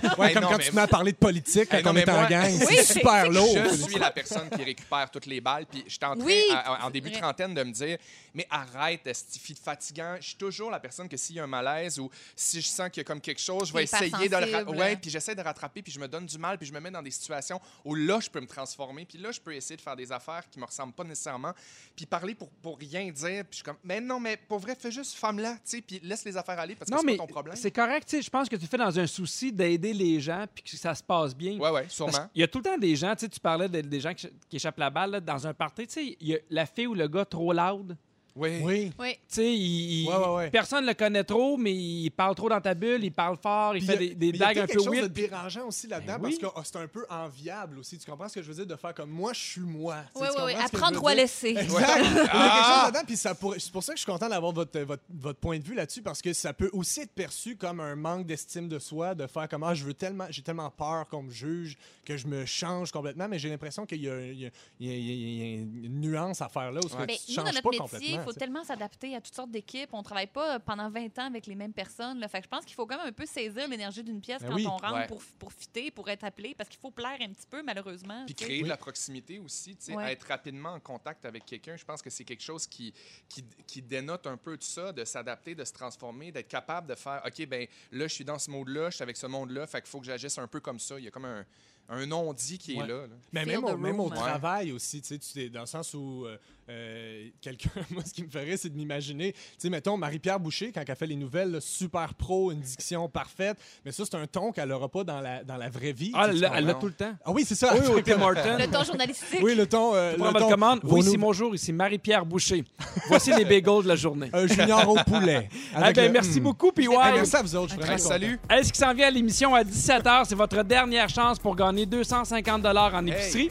Speaker 3: pas vrai.
Speaker 6: Ouais,
Speaker 4: Mais
Speaker 6: comme
Speaker 4: non,
Speaker 6: quand
Speaker 4: mais-
Speaker 6: tu te mets à parler de politique quand
Speaker 4: Eh non,
Speaker 6: on
Speaker 4: mais
Speaker 6: est en
Speaker 4: moi-
Speaker 6: gang.
Speaker 4: Oui,
Speaker 6: C'est
Speaker 3: c'est-
Speaker 6: super
Speaker 3: c'est-
Speaker 6: lourd.
Speaker 4: Je suis la personne qui récupère toutes les balles. Puis j'étais en train,
Speaker 3: Oui,
Speaker 4: à- à- en début
Speaker 3: c'est vrai.
Speaker 4: trentaine, de me dire Mais arrête, Stifi, fatigant. Je suis toujours la personne que s'il y a un malaise ou si je sens qu'il y a comme quelque chose, je vais
Speaker 3: T'es hyper
Speaker 4: essayer de le ra-
Speaker 3: sensible.
Speaker 4: ouais, puis j'essaie de rattraper, puis je me donne du mal, puis je me mets dans des situations où là, je peux me transformer, puis là, je peux essayer de faire des affaires qui me ressemblent pas nécessairement, puis parler pour, pour rien dire. Puis je suis comme Mais non, mais pour vrai, fais juste femme-là, tu sais, puis laisse les affaires aller parce que
Speaker 1: non,
Speaker 4: c'est
Speaker 1: mais
Speaker 4: pas ton problème.
Speaker 1: c'est correct. tu sais, Je pense que tu le fais dans un souci d'aider les gens puis que ça se passe bien.
Speaker 4: Ouais, ouais,
Speaker 1: Parce
Speaker 4: sûrement.
Speaker 1: qu'il y a tout le temps des gens, tu sais, tu parlais de- des gens qui, qui échappent la balle là, dans un party. tu sais, Il y a la fille ou le gars trop loud.
Speaker 4: Oui.
Speaker 6: Oui.
Speaker 3: Oui.
Speaker 1: tu sais, il- il-
Speaker 6: Ouais, ouais, ouais.
Speaker 1: Personne ne le connaît trop, mais il parle trop dans ta bulle, il parle fort, il
Speaker 6: Puis
Speaker 1: fait
Speaker 6: y a-
Speaker 1: des, des
Speaker 6: mais y a
Speaker 1: blagues un
Speaker 6: peut-être
Speaker 1: peu
Speaker 6: quelque chose
Speaker 1: weird.
Speaker 6: de dérangeant aussi là-dedans
Speaker 1: Ben
Speaker 6: parce
Speaker 1: oui.
Speaker 6: que oh, c'est un peu enviable aussi. Tu comprends ce que je veux dire de faire comme moi, je suis moi. Tu sais,
Speaker 3: Oui,
Speaker 6: tu
Speaker 3: oui, oui.
Speaker 6: comprends ce que je
Speaker 3: Apprendre
Speaker 6: veux
Speaker 3: ou à
Speaker 6: dire?
Speaker 3: laisser.
Speaker 6: Exact. Il y a quelque chose là-dedans, puis ça pourrait- c'est pour ça que je suis content d'avoir votre, votre, votre point de vue là-dessus, parce que ça peut aussi être perçu comme un manque d'estime de soi, de faire comme ah, je veux tellement, j'ai tellement peur qu'on me juge, que je me change complètement, mais j'ai l'impression qu'il y, a- il y a- il y a- il y a une nuance à faire là où ce que
Speaker 3: Ben,
Speaker 6: tu
Speaker 3: nous, dans
Speaker 6: changes
Speaker 3: notre
Speaker 6: pas
Speaker 3: métier, il
Speaker 6: complètement.
Speaker 3: faut
Speaker 6: tu sais.
Speaker 3: tellement s'adapter à toutes sortes d'équipes. On travaille pas euh, pendant 20 ans avec les mêmes personnes. là. Fait que je pense qu'il faut quand même un peu saisir l'énergie d'une pièce
Speaker 6: Ben
Speaker 3: quand
Speaker 6: oui.
Speaker 3: on rentre
Speaker 4: Ouais.
Speaker 3: pour, pour fitter, pour être appelé, parce qu'il faut plaire un petit peu, malheureusement.
Speaker 4: Puis
Speaker 3: tu sais.
Speaker 4: créer de la proximité aussi, tu sais,
Speaker 3: Ouais.
Speaker 4: être rapidement en contact avec quelqu'un, je pense que c'est quelque chose qui, qui, qui dénote un peu de ça, de s'adapter, de se transformer, d'être capable de faire, OK, ben là, je suis dans ce monde-là, je suis avec ce monde-là, fait qu'il faut que j'agisse un peu comme ça. Il y a comme un, un non-dit qui est
Speaker 6: Ouais.
Speaker 4: là. là.
Speaker 6: Mais
Speaker 3: Feel
Speaker 6: même,
Speaker 3: the
Speaker 6: au, même au
Speaker 3: room.
Speaker 6: travail aussi, tu sais, tu t'es- dans le sens où euh, euh, quelqu'un, moi, ce qui me ferait, c'est de m'imaginer, tu sais, mettons, Marie-Pierre Boucher, quand elle fait les nouvelles, là, super pro, une diction parfaite, mais ça, c'est un ton qu'elle n'aura pas dans la, dans la vraie vie.
Speaker 1: Ah,
Speaker 6: tu sais,
Speaker 1: elle
Speaker 6: tu
Speaker 1: elle l'a
Speaker 4: comprends.
Speaker 1: tout le temps.
Speaker 6: Ah oui, c'est ça.
Speaker 1: Oui, au Tim Hortons.
Speaker 3: Le ton journalistique.
Speaker 6: Oui, le ton. euh,
Speaker 1: Pour
Speaker 6: le
Speaker 1: votre
Speaker 6: ton-
Speaker 1: commande,
Speaker 6: vos
Speaker 1: oui, c'est
Speaker 6: nou-
Speaker 1: bonjour, ici Marie-Pierre Boucher. Voici les bagels de la journée.
Speaker 6: euh, Junior au poulet.
Speaker 1: Ah
Speaker 6: Avec
Speaker 1: ben,
Speaker 6: le-
Speaker 1: merci
Speaker 6: Hmm.
Speaker 1: beaucoup, puis
Speaker 6: Ah, merci à vous autres. Je suis
Speaker 4: Hey,
Speaker 6: vraiment content.
Speaker 4: salut!
Speaker 1: Est-ce qui s'en vient à l'émission à 17h? C'est votre dernière chance pour gagner 250 en épicerie.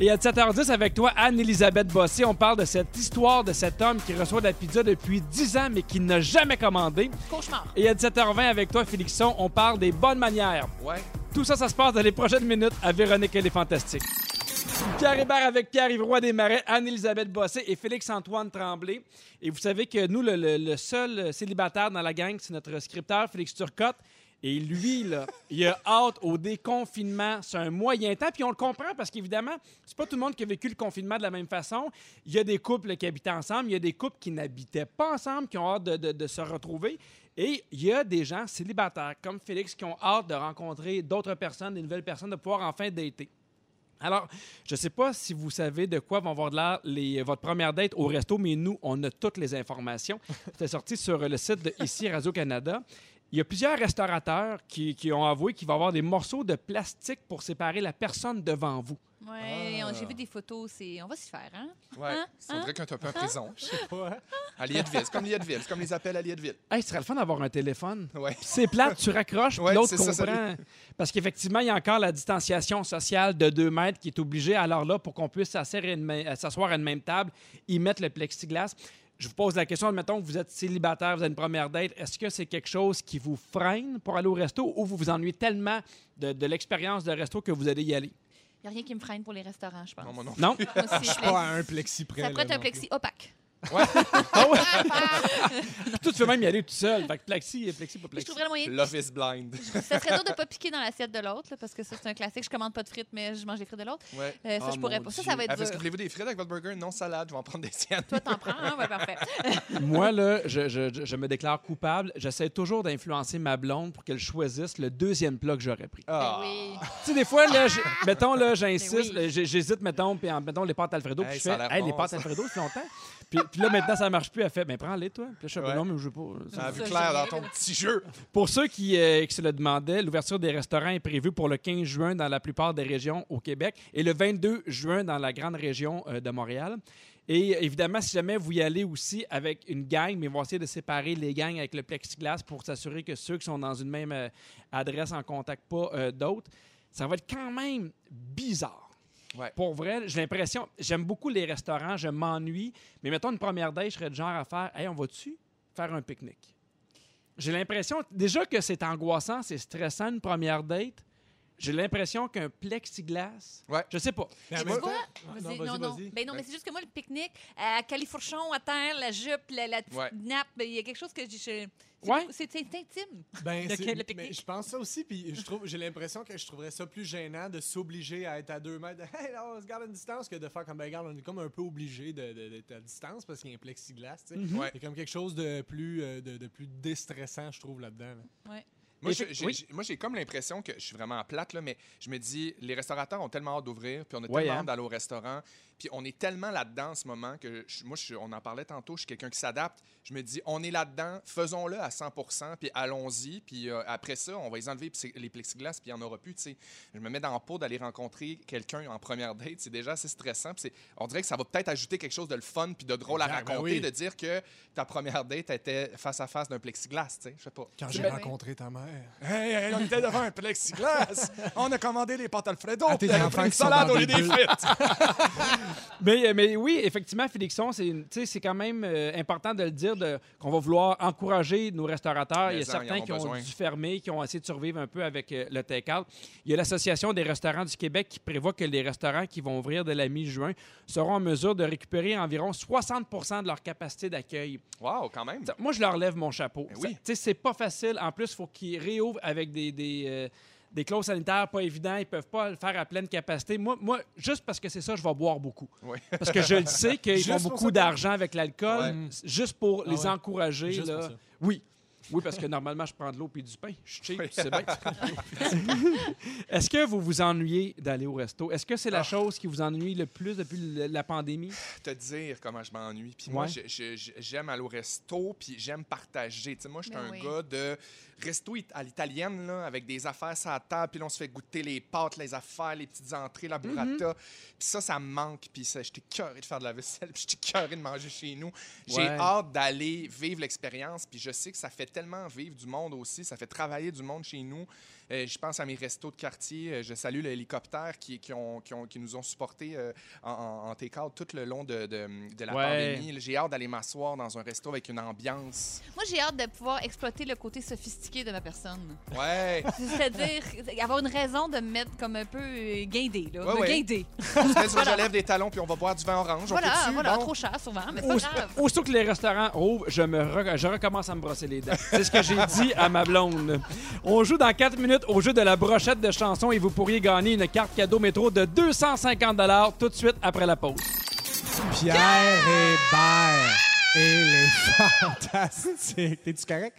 Speaker 1: Et à 17h10, avec toi, Anne-Elisabeth Bossé, on parle de cette histoire de cet homme qui reçoit de la pizza depuis 10 ans, mais qui n'a jamais commandé.
Speaker 3: Cauchemar.
Speaker 1: Et à 17h20, avec toi, Félixon, on parle des bonnes manières.
Speaker 4: Ouais.
Speaker 1: Tout ça, ça se passe dans les prochaines minutes à Véronique et les Fantastiques. Pierre Hébert avec Pierre Ivroy Desmarais, Anne-Elisabeth Bossé et Félix-Antoine Tremblay. Et vous savez que nous, le, le- le seul euh, célibataire dans la gang, c'est notre scripteur, Félix Turcotte. Et lui, là, il a hâte au déconfinement. C'est un moyen temps. Puis on le comprend parce qu'évidemment, c'est pas tout le monde qui a vécu le confinement de la même façon. Il y a des couples qui habitaient ensemble, il y a des couples qui n'habitaient pas ensemble, qui ont hâte de, de- de se retrouver. Et il y a des gens célibataires comme Félix qui ont hâte de rencontrer d'autres personnes, des nouvelles personnes, de pouvoir enfin dater. Alors, je ne sais pas si vous savez de quoi vont avoir de l'air les- euh, votre première date au resto, mais nous, on a toutes les informations. C'était sorti sur euh, le site de Ici Radio-Canada. Il y a plusieurs restaurateurs qui, qui ont avoué qu'il va y avoir des morceaux de plastique pour séparer la personne devant vous.
Speaker 3: Ouais,
Speaker 6: Ah.
Speaker 3: on- j'ai vu des photos. C'est... On va s'y faire, hein?
Speaker 4: Ouais.
Speaker 3: Hein?
Speaker 4: Ça dirait qu'un top un prison.
Speaker 6: Ouais.
Speaker 4: À Lietteville. C'est comme Lietteville. C'est comme les appels à Lietteville.
Speaker 1: Hey, ce serait le fun d'avoir un téléphone.
Speaker 4: Ouais.
Speaker 1: Puis C'est plate, tu raccroches, puis
Speaker 4: Ouais,
Speaker 1: l'autre
Speaker 4: c'est ça, ça-
Speaker 1: comprend. Parce qu'effectivement, il y a encore la distanciation sociale de 2 mètres qui est obligée. Alors là, pour qu'on puisse s'asseoir à une ma- euh, s'asseoir à une même table, ils mettent le plexiglas. Je vous pose la question, admettons que vous êtes célibataire, vous avez une première date, est-ce que c'est quelque chose qui vous freine pour aller au resto ou vous vous ennuyez tellement de, de l'expérience de resto que vous allez y aller?
Speaker 3: Il n'y a rien qui me freine pour les restaurants, je pense.
Speaker 4: Non, moi non.
Speaker 1: Non?
Speaker 3: Moi aussi,
Speaker 6: Je
Speaker 3: je
Speaker 6: suis pas à un plexi près.
Speaker 3: Ça
Speaker 6: là,
Speaker 3: pourrait être un
Speaker 6: non plus.
Speaker 3: plexi opaque.
Speaker 1: Ah ouais? Puis toi, tu peux même y aller tout seul. Fait que plexi, plexi, pas
Speaker 3: Puis
Speaker 1: plexi.
Speaker 3: Je trouverais le moyen.
Speaker 4: Love is blind.
Speaker 3: Ça serait dur de pas piquer dans l'assiette de l'autre, là, parce que ça, c'est un classique. Je commande pas de frites, mais je mange les frites de l'autre.
Speaker 4: Ouais.
Speaker 3: Euh, ça,
Speaker 1: Ah,
Speaker 3: je pourrais
Speaker 1: mon
Speaker 3: pas. Ça, ça va
Speaker 4: Ah,
Speaker 3: être
Speaker 4: parce que
Speaker 3: dur.
Speaker 4: voulez-vous des frites avec votre burger? Non, salade. Je vais en prendre des siennes.
Speaker 3: Toi, t'en prends, hein? Ouais, parfait.
Speaker 1: Moi, là, je, je- je- je me déclare coupable. J'essaie toujours d'influencer ma blonde pour qu'elle choisisse le deuxième plat que j'aurais pris.
Speaker 4: Ah.
Speaker 3: Ben Oui.
Speaker 1: Tu sais, des fois, là, j'ai- mettons, là, j'insiste,
Speaker 3: Mais oui.
Speaker 1: euh, j'ai- j'hésite, mettons, puis en- mettons les pâtes Alfredo, puis
Speaker 4: Hey,
Speaker 1: je
Speaker 4: ça a
Speaker 1: fais,
Speaker 4: l'air
Speaker 1: hey, les
Speaker 4: bon,
Speaker 1: pâtes
Speaker 4: ça.
Speaker 1: Alfredo, c'est longtemps. Puis, puis là, maintenant, ça marche plus. Elle fait, mais prends-les, toi. Puis là, je suis
Speaker 4: Ouais. Ah,
Speaker 1: non, mais je veux pas.
Speaker 4: Ça a vu
Speaker 3: Ça,
Speaker 4: clair dans
Speaker 3: génial.
Speaker 4: ton petit jeu.
Speaker 1: Pour ceux qui, euh, qui se le demandaient, l'ouverture des restaurants est prévue pour le 15 juin dans la plupart des régions au Québec et le 22 juin dans la grande région euh, de Montréal. Et euh, évidemment, si jamais vous y allez aussi avec une gang, mais ils vont essayer de séparer les gangs avec le plexiglas pour s'assurer que ceux qui sont dans une même euh, adresse en contactent pas euh, d'autres. Ça va être quand même bizarre.
Speaker 4: Ouais.
Speaker 1: Pour vrai, j'ai l'impression, j'aime beaucoup les restaurants, je m'ennuie, mais mettons une première date, je serais du genre à faire, hey, on va-tu faire un pique-nique? J'ai l'impression, déjà que c'est angoissant, c'est stressant une première date. J'ai l'impression qu'un plexiglas.
Speaker 4: Ouais.
Speaker 1: Je sais pas.
Speaker 6: Mais en
Speaker 3: Mais tu
Speaker 6: même
Speaker 3: vois,
Speaker 6: temps-
Speaker 3: vas-y,
Speaker 6: Non,
Speaker 3: non,
Speaker 6: vas-y,
Speaker 3: non.
Speaker 6: vas-y.
Speaker 3: Ben non, mais c'est juste que moi, le pique-nique, à califourchon, à terre, la jupe, la, la petite
Speaker 4: Ouais.
Speaker 3: nappe, ben, il y a quelque chose que je. je- c'est-
Speaker 1: Ouais.
Speaker 3: C'est c'est intime.
Speaker 6: Ben,
Speaker 3: Le-
Speaker 6: c'est-
Speaker 3: le
Speaker 6: mais
Speaker 3: pique-nique.
Speaker 6: je pense ça aussi, puis je trouve, j'ai l'impression que je trouverais ça plus gênant de s'obliger à être à deux mètres. de, Hey, là, on se garde une distance que de faire comme ben, regarde, on est comme un peu obligé de- de- d'être à distance parce qu'il y a un plexiglas, tu sais.
Speaker 3: Mm-hmm.
Speaker 4: Ouais.
Speaker 6: Il y a comme quelque chose de plus, euh, de, de plus déstressant, je trouve, là-dedans. là.
Speaker 4: Moi,
Speaker 1: Et
Speaker 4: je-
Speaker 1: fait-
Speaker 4: j'ai
Speaker 1: oui.
Speaker 4: j'ai- moi, j'ai comme l'impression que je suis vraiment plate, là, mais je me dis, les restaurateurs ont tellement hâte d'ouvrir, puis on a
Speaker 1: Ouais,
Speaker 4: tellement
Speaker 1: hein.
Speaker 4: hâte d'aller au restaurant, puis on est tellement là-dedans en ce moment que je- moi, je suis- on en parlait tantôt, je suis quelqu'un qui s'adapte. Je me dis, on est là-dedans, faisons-le à 100 puis allons-y, puis euh, après ça, on va les enlever puis c'est- les plexiglas, puis il n'y en aura plus, tu sais. Je me mets dans le pot d'aller rencontrer quelqu'un en première date, c'est déjà assez stressant, puis c'est- on dirait que ça va peut-être ajouter quelque chose de le fun, puis de drôle à
Speaker 6: Exact, ben
Speaker 4: raconter,
Speaker 6: oui.
Speaker 4: de dire que ta première date était face à face d'un plexiglas, tu sais, je sais pas.
Speaker 6: Quand
Speaker 3: C'est
Speaker 6: j'ai
Speaker 3: bien.
Speaker 6: rencontré ta mère.
Speaker 4: Hey, hey, on était devant un plexiglas. On a commandé les pâtes Alfredo.
Speaker 6: À Ah, tes
Speaker 4: puis on a
Speaker 6: enfants
Speaker 4: pris une
Speaker 6: qui sont
Speaker 4: salade
Speaker 6: dans
Speaker 4: au lieu
Speaker 6: des
Speaker 4: des
Speaker 6: bulles.
Speaker 4: frites.
Speaker 1: Mais, euh, mais oui, effectivement, Félixon, c'est une- tu sais, c'est quand même euh, important de le dire de- qu'on va vouloir encourager nos restaurateurs.
Speaker 4: Mais
Speaker 1: Il y a
Speaker 4: ça,
Speaker 1: certains
Speaker 4: ils en ont
Speaker 1: qui ont
Speaker 4: besoin.
Speaker 1: dû fermer, qui ont essayé de survivre un peu avec euh, le take-out. Il y a l'Association des restaurants du Québec qui prévoit que les restaurants qui vont ouvrir dès la mi-juin seront en mesure de récupérer environ 60 de leur capacité d'accueil.
Speaker 4: Wow, quand même.
Speaker 1: T'sais, Moi, je leur lève mon chapeau.
Speaker 4: Ben
Speaker 1: Ça-
Speaker 4: oui.
Speaker 1: tu sais, C'est pas facile. En plus, il faut qu'ils réouvrent avec des, des, euh, des clauses sanitaires pas évidentes. Ils peuvent pas le faire à pleine capacité. Moi, moi juste parce que c'est ça, je vais boire beaucoup.
Speaker 4: Oui.
Speaker 1: Parce que je le sais qu'ils
Speaker 6: Juste
Speaker 1: font
Speaker 6: pour
Speaker 1: beaucoup
Speaker 6: ça.
Speaker 1: d'argent avec l'alcool,
Speaker 4: Ouais.
Speaker 1: Mm. juste pour
Speaker 6: Ah
Speaker 1: les
Speaker 6: ouais.
Speaker 1: encourager.
Speaker 6: Juste
Speaker 1: là.
Speaker 6: pour ça.
Speaker 1: Oui. Oui, parce que normalement, je prends de l'eau puis du pain. Je suis cheap,
Speaker 4: Oui.
Speaker 1: c'est bien. Est-ce que vous vous ennuyez d'aller au resto? Est-ce que c'est la
Speaker 4: Ah.
Speaker 1: chose qui vous ennuie le plus depuis le- la pandémie?
Speaker 4: te dire comment je m'ennuie. Puis moi,
Speaker 1: Ouais.
Speaker 4: je- je- je- j'aime aller au resto, puis j'aime partager. Tu sais, moi, je suis
Speaker 3: Ben
Speaker 4: un
Speaker 3: oui.
Speaker 4: gars de resto it- à l'italienne, là, avec des affaires sur la table, puis là, on se fait goûter les pâtes, les affaires, les petites entrées, la burrata.
Speaker 1: Mm-hmm.
Speaker 4: Puis ça, ça me manque. Puis ça, j'étais curé de faire de la vaisselle, puis j'étais curé de manger chez nous. J'ai
Speaker 1: Ouais.
Speaker 4: hâte d'aller vivre l'expérience, puis je sais que ça fait tellement vivre du monde aussi, ça fait travailler du monde chez nous. Euh, je pense à mes restos de quartier. Euh, Je salue l'hélicoptère qui, qui, ont, qui, ont- qui nous ont supportés euh, en, en, en take-out tout le long de, de- de la
Speaker 1: Ouais.
Speaker 4: pandémie. J'ai hâte d'aller m'asseoir dans un resto avec une ambiance.
Speaker 3: Moi, j'ai hâte de pouvoir exploiter le côté sophistiqué de ma personne.
Speaker 4: Ouais!
Speaker 3: C'est-à-dire avoir une raison de me mettre comme un peu euh, guindée, là.
Speaker 4: Ouais,
Speaker 3: me
Speaker 4: ouais.
Speaker 3: guinder.
Speaker 4: on se met sur le relève des talons puis on va boire du vin orange. on
Speaker 3: Voilà,
Speaker 4: peut-tu?
Speaker 3: voilà.
Speaker 4: Bon.
Speaker 1: Oh,
Speaker 3: Trop cher souvent, mais c'est pas
Speaker 1: Auss-
Speaker 3: grave.
Speaker 1: Aussitôt que les restaurants ouvrent, je, me re- je recommence à me brosser les dents. C'est ce que j'ai dit à ma blonde. On joue dans 4 minutes au jeu de la brochette de chansons et vous pourriez gagner une carte cadeau métro de 250 tout de suite après la pause.
Speaker 6: Pierre Hébert et les Fantastiques. T'es-tu correct?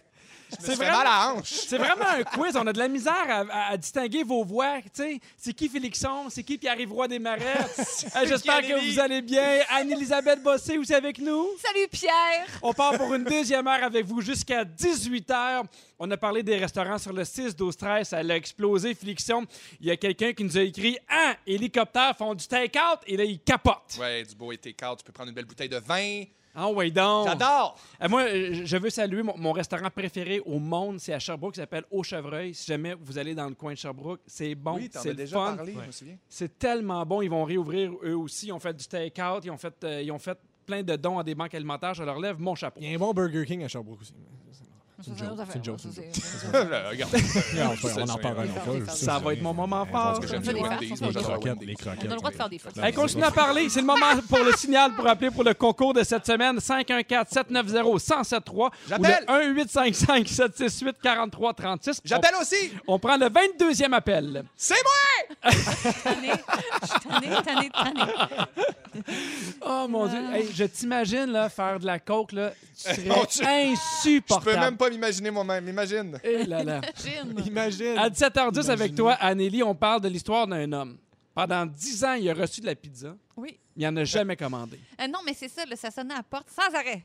Speaker 4: C'est vraiment la hanche.
Speaker 1: C'est vraiment un quiz. On a de la misère à, à- à distinguer vos voix. tu sais. C'est qui Félixon? C'est qui Pierre-Yvroy Desmarais? Euh, J'espère
Speaker 4: qui Anneli?
Speaker 1: que vous allez bien. Anne-Elisabeth Bossé aussi avec nous.
Speaker 3: Salut Pierre!
Speaker 1: On part pour une deuxième heure avec vous jusqu'à 18h. On a parlé des restaurants sur le 6, 12, 13. Ça a explosé, Flixion. Il y a quelqu'un qui nous a écrit Ah, hélicoptère font du take-out. Et là, il capote.
Speaker 4: Ouais, du beau été quart, tu peux prendre une belle bouteille de vin.
Speaker 1: Ah, ouais, donc.
Speaker 4: J'adore.
Speaker 1: Euh, Moi, euh, je veux saluer mon, mon restaurant préféré au monde. C'est à Sherbrooke, qui s'appelle Au Chevreuil. Si jamais vous allez dans le coin de Sherbrooke, c'est bon.
Speaker 4: oui, t'en
Speaker 1: c'est
Speaker 4: as
Speaker 1: le
Speaker 4: déjà
Speaker 1: fun.
Speaker 4: parlé, je me souviens.
Speaker 1: C'est tellement bon. Ils vont réouvrir eux aussi. Ils ont fait du take-out. Ils, ont fait, euh, ils ont fait plein de dons à des banques alimentaires. Je leur lève mon chapeau.
Speaker 6: Il y a un bon Burger King à Sherbrooke aussi. C'est une joke, c'est une joke, c'est une joke.
Speaker 4: Regarde.
Speaker 6: on en parle
Speaker 3: Ça
Speaker 1: Ça va être mon moment fort.
Speaker 4: J'aime
Speaker 3: fait
Speaker 4: les
Speaker 3: des
Speaker 4: Wendy's,
Speaker 3: farces,
Speaker 4: moi
Speaker 3: on fait des
Speaker 4: j'adore
Speaker 6: croquettes,
Speaker 4: les
Speaker 6: les croquettes.
Speaker 3: On a le droit de faire des fautes.
Speaker 1: Hey, continue à parler. C'est le moment pour le signal pour appeler pour le concours de cette semaine. 514-790-1073 ou
Speaker 4: J'appelle.
Speaker 1: le 1-855-768-4336.
Speaker 4: J'appelle aussi.
Speaker 1: On, on prend le 22e appel.
Speaker 4: C'est moi.
Speaker 3: Tannée, Je suis tannée, tannée, tannée.
Speaker 1: Oh mon Dieu. Hey, je t'imagine là, faire de la coke. Là, tu
Speaker 4: Mon Dieu.
Speaker 1: serais
Speaker 4: Je peux même
Speaker 1: insupportable.
Speaker 4: pas m'imaginer moi-même. Imagine.
Speaker 1: Eh là là.
Speaker 3: Imagine.
Speaker 6: Imagine.
Speaker 1: À 17h10 avec toi, Anneli, on parle de l'histoire d'un homme. Pendant 10 ans, il a reçu de la pizza.
Speaker 3: Oui.
Speaker 1: Il n'en a jamais commandé.
Speaker 3: Euh, non, mais c'est ça, là, ça sonnait à la porte sans arrêt.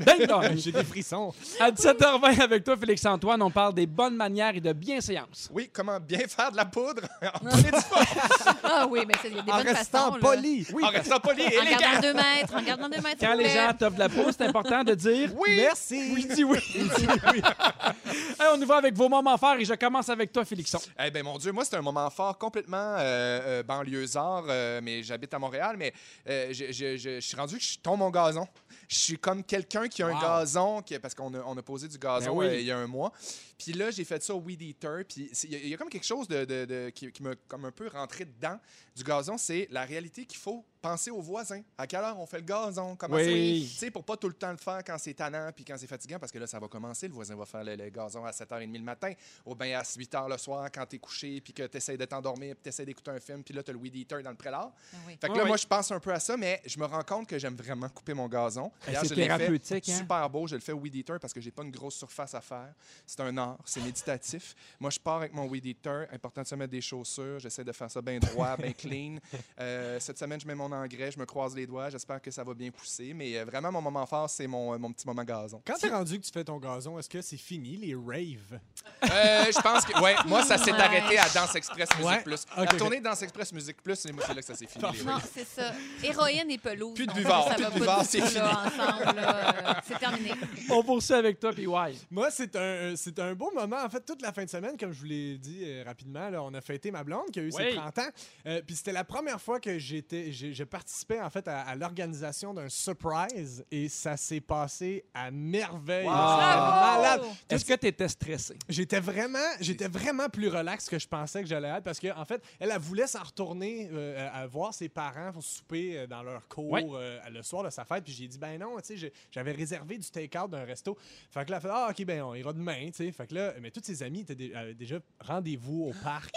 Speaker 1: Ding dong.
Speaker 6: J'ai des frissons.
Speaker 1: Ben À 17h20 avec toi, Félix-Antoine, on parle des bonnes manières et de bienséance.
Speaker 4: Oui, comment bien faire de la poudre en polydispersion,
Speaker 3: Ah oui, mais ça, il y a des
Speaker 6: En
Speaker 3: bonnes
Speaker 6: restant
Speaker 3: façons.
Speaker 6: poli.
Speaker 4: en restant poli et
Speaker 3: Là. En gardant
Speaker 4: élégant.
Speaker 3: deux mètres, en gardant deux mètres.
Speaker 1: Quand les
Speaker 3: Mais-
Speaker 1: gens t'offrent de la peau, c'est important de dire
Speaker 4: Oui.
Speaker 6: Merci.
Speaker 1: oui, dis oui. Hey, on y va avec vos moments forts et je commence avec toi, Félixon.
Speaker 4: Eh ben mon Dieu, moi, c'est un moment fort complètement euh, euh, banlieusard, euh, mais j'habite à Montréal, mais euh, je, je- je- je suis rendu que je tombe mon gazon. Je suis comme quelqu'un qui a un
Speaker 1: Wow.
Speaker 4: gazon, qui, parce qu'on a, on a posé du gazon
Speaker 1: Ben oui.
Speaker 4: euh, il y a un mois. Puis là, j'ai fait ça au Weed Eater, puis c'est- il y, a- il y a comme quelque chose de, de- de- qui, qui m'a comme un peu rentré dedans du gazon, c'est la réalité qu'il faut penser aux voisins. À quelle heure on fait le gazon? Comment
Speaker 1: Oui.
Speaker 4: c'est- Tu sais, pour pas tout le temps le faire quand c'est tannant puis quand c'est fatigant, parce que là, ça va commencer. Le voisin va faire le, le gazon à 7h30 le matin, au bain à 8h le soir quand t'es couché puis que t'essayes de t'endormir puis t'essayes d'écouter un film puis là, t'as le weed eater dans le prélard.
Speaker 3: Ah oui.
Speaker 4: Fait que
Speaker 1: Oui,
Speaker 4: là,
Speaker 1: oui.
Speaker 4: moi, je pense un peu à ça, mais je me rends compte que j'aime vraiment couper mon gazon. D'ailleurs,
Speaker 1: c'est
Speaker 4: je l'ai fait
Speaker 1: thérapeutique, hein?
Speaker 4: super beau. Je le fais au weed eater parce que j'ai pas une grosse surface à faire. C'est un art, c'est méditatif. Moi, je pars avec mon weed eater. Important de se mettre des chaussures. J'essaie de faire ça bien droit, bien clean. Euh, cette semaine, je mets mon engrais, je me croise les doigts. J'espère que ça va bien pousser. Mais euh, vraiment, mon moment fort, c'est mon, euh, mon petit moment gazon.
Speaker 6: Quand t'es rendu que tu fais ton gazon, est-ce que c'est fini les raves?
Speaker 4: Euh, je pense que, ouais, moi, ça s'est
Speaker 3: Ouais.
Speaker 4: arrêté à Danse Express Musique
Speaker 6: Ouais.
Speaker 4: Plus.
Speaker 6: Ok,
Speaker 4: la
Speaker 6: ok.
Speaker 4: tournée de Danse Express Musique Plus, c'est moi, c'est là que ça s'est fini. les
Speaker 3: Non,
Speaker 4: raves.
Speaker 3: c'est ça. Héroïne et pelouse.
Speaker 4: Plus de
Speaker 3: On sait que
Speaker 4: buvard,
Speaker 3: ça
Speaker 4: plus
Speaker 3: va
Speaker 4: de
Speaker 3: pas
Speaker 4: buvard,
Speaker 3: du
Speaker 4: c'est
Speaker 3: tout, là, ensemble, là. Euh, C'est terminé.
Speaker 1: On poursuit avec toi, puis ouais.
Speaker 6: Moi, c'est un, c'est un beau moment. En fait, toute la fin de semaine, comme je vous l'ai dit euh, rapidement, là, on a fêté ma blonde qui a eu
Speaker 1: Oui.
Speaker 6: ses 30 ans. Euh, Puis c'était la première fois que j'étais, j'ai, j'ai participé en fait à, à l'organisation d'un surprise et ça s'est passé à merveille.
Speaker 4: Wow.
Speaker 6: C'était
Speaker 3: Bravo!
Speaker 6: malade.
Speaker 1: Est-ce que tu étais stressé?
Speaker 6: J'étais vraiment, j'étais vraiment plus relax que je pensais que j'allais être parce que en fait, elle, elle voulait s'en retourner euh, à voir ses parents pour souper euh, dans leur cours
Speaker 1: Ouais.
Speaker 6: euh, le soir de sa fête. Puis j'ai dit ben non, tu sais, j'ai- j'avais réservé du take-out d'un resto. Fait que là, elle a fait ah ok ben on ira demain, tu sais. Fait que là, mais tous ses amis étaient dé- avaient déjà rendez-vous au parc.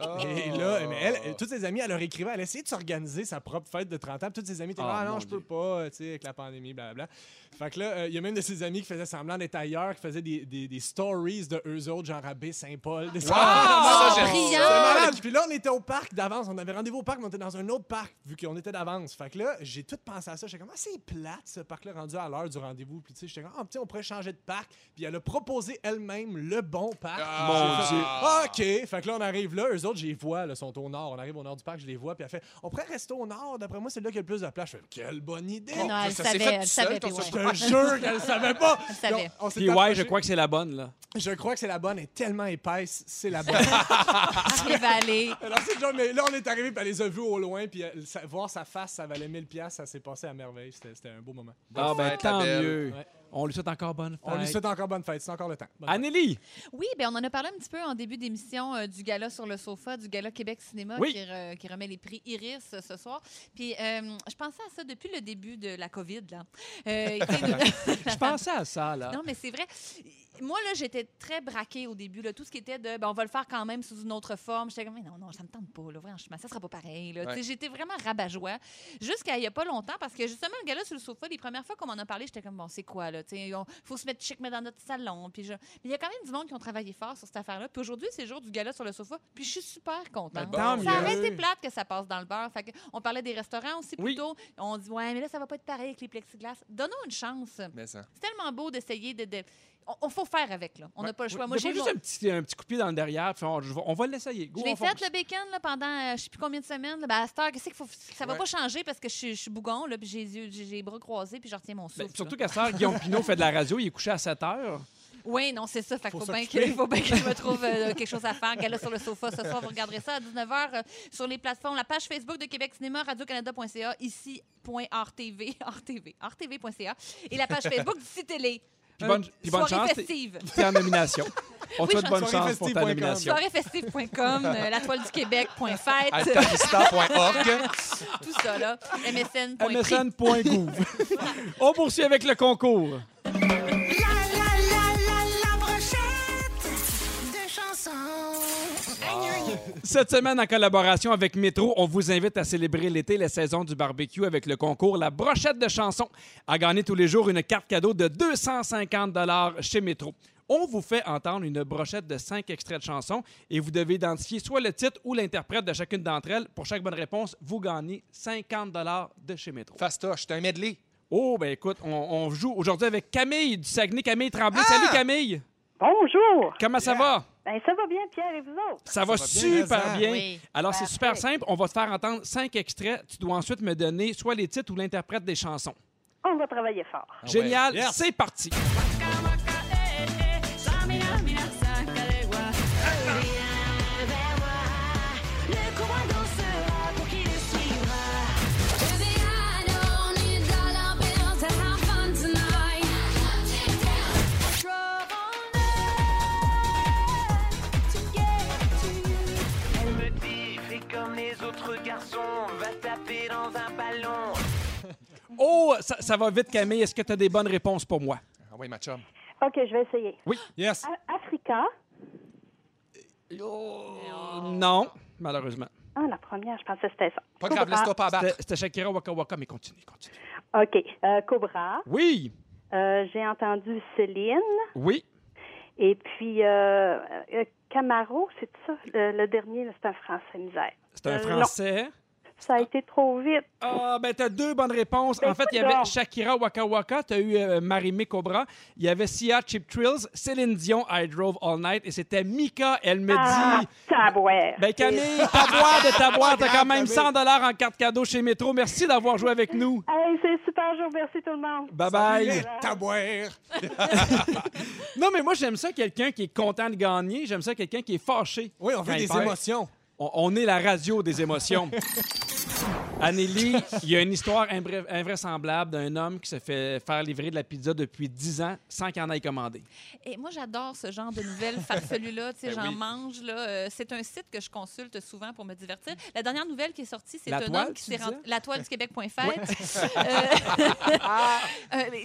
Speaker 6: Et
Speaker 1: Ah.
Speaker 6: là, mais elle, euh, toutes ses amies, elle leur écrivait, elle essayait de s'organiser sa propre fête de 30 ans. puis Toutes ses amies étaient là,
Speaker 1: Ah,
Speaker 6: ah non,
Speaker 1: mon
Speaker 6: je peux
Speaker 1: Dieu.
Speaker 6: pas, euh, tu sais, avec la pandémie, blablabla. Fait que là, euh, il y a même de ses amis qui faisaient semblant d'être ailleurs, qui faisaient des, des, des stories de eux autres, genre à Saint-Paul. Des
Speaker 4: Ah,
Speaker 3: Oh,
Speaker 4: ça, j'aime
Speaker 3: brillant!
Speaker 6: c'est
Speaker 4: ça.
Speaker 6: malade. Puis là, on était au parc d'avance. On avait rendez-vous au parc, mais on était dans un autre parc, vu qu'on était d'avance. Fait que là, j'ai tout pensé à ça. J'étais comme, ah, c'est plate, ce parc-là, rendu à l'heure du rendez-vous. Puis tu sais, j'étais comme, ah, petit, on pourrait changer de parc. Puis elle a proposé elle-même le bon parc.
Speaker 4: Ah.
Speaker 6: J'ai fait,
Speaker 4: Mon Dieu.
Speaker 6: ah, OK. Fait que là, on arrive là. Eux autres, je les vois, là, sont au nord. On arrive au nord du parc, je les vois. Puis elle fait, on pourrait rester au nord. D'après moi, c'est là qu'il y a le plus de place. Je fais, quelle bonne idée.
Speaker 3: Non, elle
Speaker 4: ça s'est
Speaker 3: savait,
Speaker 4: fait
Speaker 3: elle
Speaker 4: tout seul,
Speaker 3: savait,
Speaker 4: ton
Speaker 3: puis
Speaker 6: Je
Speaker 3: ouais.
Speaker 6: te jure qu'elle savait pas.
Speaker 3: Oh. Elle savait.
Speaker 6: On, on s'est
Speaker 1: Puis ouais, je
Speaker 6: approché.
Speaker 1: crois que c'est la bonne, là.
Speaker 6: Je crois que c'est la bonne. Elle est tellement épaisse, c'est la bonne.
Speaker 3: Ah, Arrivée
Speaker 6: Alors, c'est genre, mais là, on est arrivé, puis elle les a vus au loin, puis elle- sa- voir sa face, ça valait 1000 pièces, ça s'est passé à merveille. C'était c'était un beau moment.
Speaker 1: Ah, ben
Speaker 4: fête, la
Speaker 1: tant
Speaker 4: belle.
Speaker 1: mieux.
Speaker 6: Ouais.
Speaker 1: On lui souhaite encore bonne fête.
Speaker 6: On lui souhaite encore bonne fête, c'est encore le temps. Bonne fête.
Speaker 1: Anneli,
Speaker 3: Oui, bien, on en a parlé un petit peu en début d'émission euh, du gala sur le sofa, du gala Québec Cinéma
Speaker 1: Oui.
Speaker 3: qui, re- qui remet les prix Iris euh, ce soir. Puis, euh, je pensais à ça depuis le début de la COVID. Là. Euh, tu sais, nous-
Speaker 1: je pensais à ça, là.
Speaker 3: Non, mais c'est vrai. moi, là, j'étais très braquée au début. Là. Tout ce qui était de, ben, on va le faire quand même sous une autre forme. J'étais comme, Mais non, non, ça me tente pas. Là. Franchement, ça sera pas pareil. là.
Speaker 4: Ouais.
Speaker 3: Tu sais, J'étais vraiment rabat-joie. Jusqu'à il y a pas longtemps, parce que justement, le gars-là sur le sofa, les premières fois qu'on en a parlé, j'étais comme, bon, c'est quoi, là? Tu sais, on- faut se mettre chic, mais dans notre salon. Puis je- Mais il y a quand même du monde qui ont travaillé fort sur cette affaire-là. Puis aujourd'hui, c'est le jour du gala sur le sofa. Puis je suis super contente.
Speaker 4: Ben,
Speaker 1: Tant
Speaker 4: bon,
Speaker 1: mieux.
Speaker 3: Ça aurait été plate que ça passe dans le beurre. Fait que on parlait des restaurants aussi
Speaker 1: Oui.
Speaker 3: plus tôt. On dit, ouais, mais là, ça va pas être pareil avec les plexiglas. Donnons une chance.
Speaker 4: Mais ça.
Speaker 3: C'est tellement beau d'essayer de. de- On, on faut faire avec, là. On n'a pas le choix. Moi,
Speaker 1: Des fois,
Speaker 3: j'ai
Speaker 1: juste un petit, un petit coup de pied dans le derrière, puis on, je vais- on va l'essayer. Go,
Speaker 3: Je l'ai
Speaker 1: on
Speaker 3: fait,
Speaker 1: fonce.
Speaker 3: le bacon, là, pendant euh, je sais plus combien de semaines. là. Ben, à cette heure, qu'est-ce qu'il faut... ça va
Speaker 4: Ouais.
Speaker 3: pas changer parce que je, suis- je suis bougon, là, puis j'ai les yeux- j'ai j'ai les bras croisés, puis je retiens mon
Speaker 1: Ben,
Speaker 3: souffle.
Speaker 1: surtout qu'à ça, Guillaume Pinot fait de la radio, il est couché à 7 heures.
Speaker 3: Oui, non, c'est ça. Fait
Speaker 6: Faut
Speaker 3: qu'il faut, bien
Speaker 6: s'occuper.
Speaker 3: que- faut bien que je me trouve euh, quelque chose à faire. Gala sur le sofa ce soir, vous regarderez ça à 19h euh, sur les plateformes. La page Facebook de Québec Cinéma, radiocanada.ca, ici. .RTV, RTV, RTV.ca et la page Facebook d'ici télé. Euh,
Speaker 1: Puis bonne, puis bonne
Speaker 3: Soirée
Speaker 1: chance, t'es
Speaker 3: festive.
Speaker 1: t'es en nomination. On te
Speaker 3: Oui,
Speaker 1: souhaite bonne chance pour ta
Speaker 6: soirée-festive.com.
Speaker 1: nomination.
Speaker 3: Soirée-festive.com, euh, la toile du
Speaker 4: À
Speaker 3: Québec.fête,
Speaker 4: tapista.org.
Speaker 3: euh, tout ça, là. MSN.prix.
Speaker 1: MSN.gouv. On poursuit avec le concours.
Speaker 7: La la la la la brochette de chansons. Aïe, aïe, aïe.
Speaker 1: Cette semaine, en collaboration avec Métro, on vous invite à célébrer l'été, la saison du barbecue avec le concours La Brochette de chansons. À gagner tous les jours une carte cadeau de 250 chez Métro. On vous fait entendre une brochette de cinq extraits de chansons et vous devez identifier soit le titre ou l'interprète de chacune d'entre elles. Pour chaque bonne réponse, vous gagnez 50 de chez Métro.
Speaker 4: Fastoche, c'est un medley.
Speaker 1: Oh, ben écoute, on, on joue aujourd'hui avec Camille du Saguenay. Camille Tremblay. Salut Camille!
Speaker 5: Bonjour.
Speaker 1: Comment ça va?
Speaker 5: Ben, ça va bien, Pierre, et vous autres?
Speaker 1: Ça va
Speaker 6: va bien,
Speaker 1: super
Speaker 6: Vincent.
Speaker 1: bien.
Speaker 3: Oui.
Speaker 1: Alors, c'est
Speaker 5: Parfait.
Speaker 1: super simple. On va te faire entendre cinq extraits. Tu dois ensuite me donner soit les titres ou l'interprète des chansons.
Speaker 5: On va travailler fort.
Speaker 1: Génial.
Speaker 6: Yes.
Speaker 1: C'est parti.
Speaker 8: Elle me dit, fais comme les autres garçons, va taper dans un ballon.
Speaker 1: Oh, ça, ça va vite, Camille. Est-ce que tu as des bonnes réponses pour moi?
Speaker 4: Ah oui, ma chum.
Speaker 5: OK, je vais essayer.
Speaker 6: Yes.
Speaker 5: A- Africa.
Speaker 1: Non, malheureusement.
Speaker 5: Ah, la première, je pensais que c'était ça.
Speaker 4: Pas
Speaker 5: Cobra.
Speaker 4: grave, laisse-toi pas
Speaker 1: C'était-
Speaker 4: abattre.
Speaker 1: C'était Shakira Waka Waka, mais continue, continue.
Speaker 5: OK. euh, Cobra.
Speaker 1: Oui,
Speaker 5: Euh, J'ai entendu Céline.
Speaker 1: oui.
Speaker 5: Et puis, euh, euh, Camaro, c'est ça? Le, le dernier, là, c'est un français misère.
Speaker 1: C'est un
Speaker 5: Euh, non.
Speaker 1: Français.
Speaker 5: Ça a été trop vite.
Speaker 1: Ah, ben, t'as deux bonnes réponses. En fait, il y avait
Speaker 5: coudonc.
Speaker 1: Shakira Waka Waka, t'as eu euh, Marimé Cobra, il y avait Sia Chip Trills, Céline Dion, I Drove All Night, et c'était Mika, elle me
Speaker 5: Ah,
Speaker 1: dit.
Speaker 5: tabouère.
Speaker 1: Ben, Camille, ta boîte de ta boîte, t'as quand même 100 en carte cadeau chez Métro. Merci d'avoir joué avec nous.
Speaker 5: Hey, c'est super jour. Merci tout le monde.
Speaker 1: Bye bye.
Speaker 6: Les tabouères.
Speaker 1: Non, mais moi, j'aime ça quelqu'un qui est content de gagner. J'aime ça quelqu'un qui est fâché.
Speaker 6: Oui, on veut
Speaker 1: Hey,
Speaker 6: des
Speaker 1: père.
Speaker 6: émotions.
Speaker 1: On, on est la radio des émotions. Anneli, il y a une histoire imbra- invraisemblable d'un homme qui se fait faire livrer de la pizza depuis 10 ans sans qu'il en aille commander.
Speaker 3: Et moi, j'adore ce genre de nouvelles farfelues-là. Tu sais,
Speaker 4: Ben
Speaker 3: j'en
Speaker 4: oui.
Speaker 3: mange. Là. Euh, c'est un site que je consulte souvent pour me divertir. La dernière nouvelle qui est sortie, c'est
Speaker 1: La
Speaker 3: un
Speaker 1: toile,
Speaker 3: homme qui
Speaker 1: tu
Speaker 3: s'est rendu...
Speaker 1: disais?
Speaker 3: La toile du Québec.fête. Euh,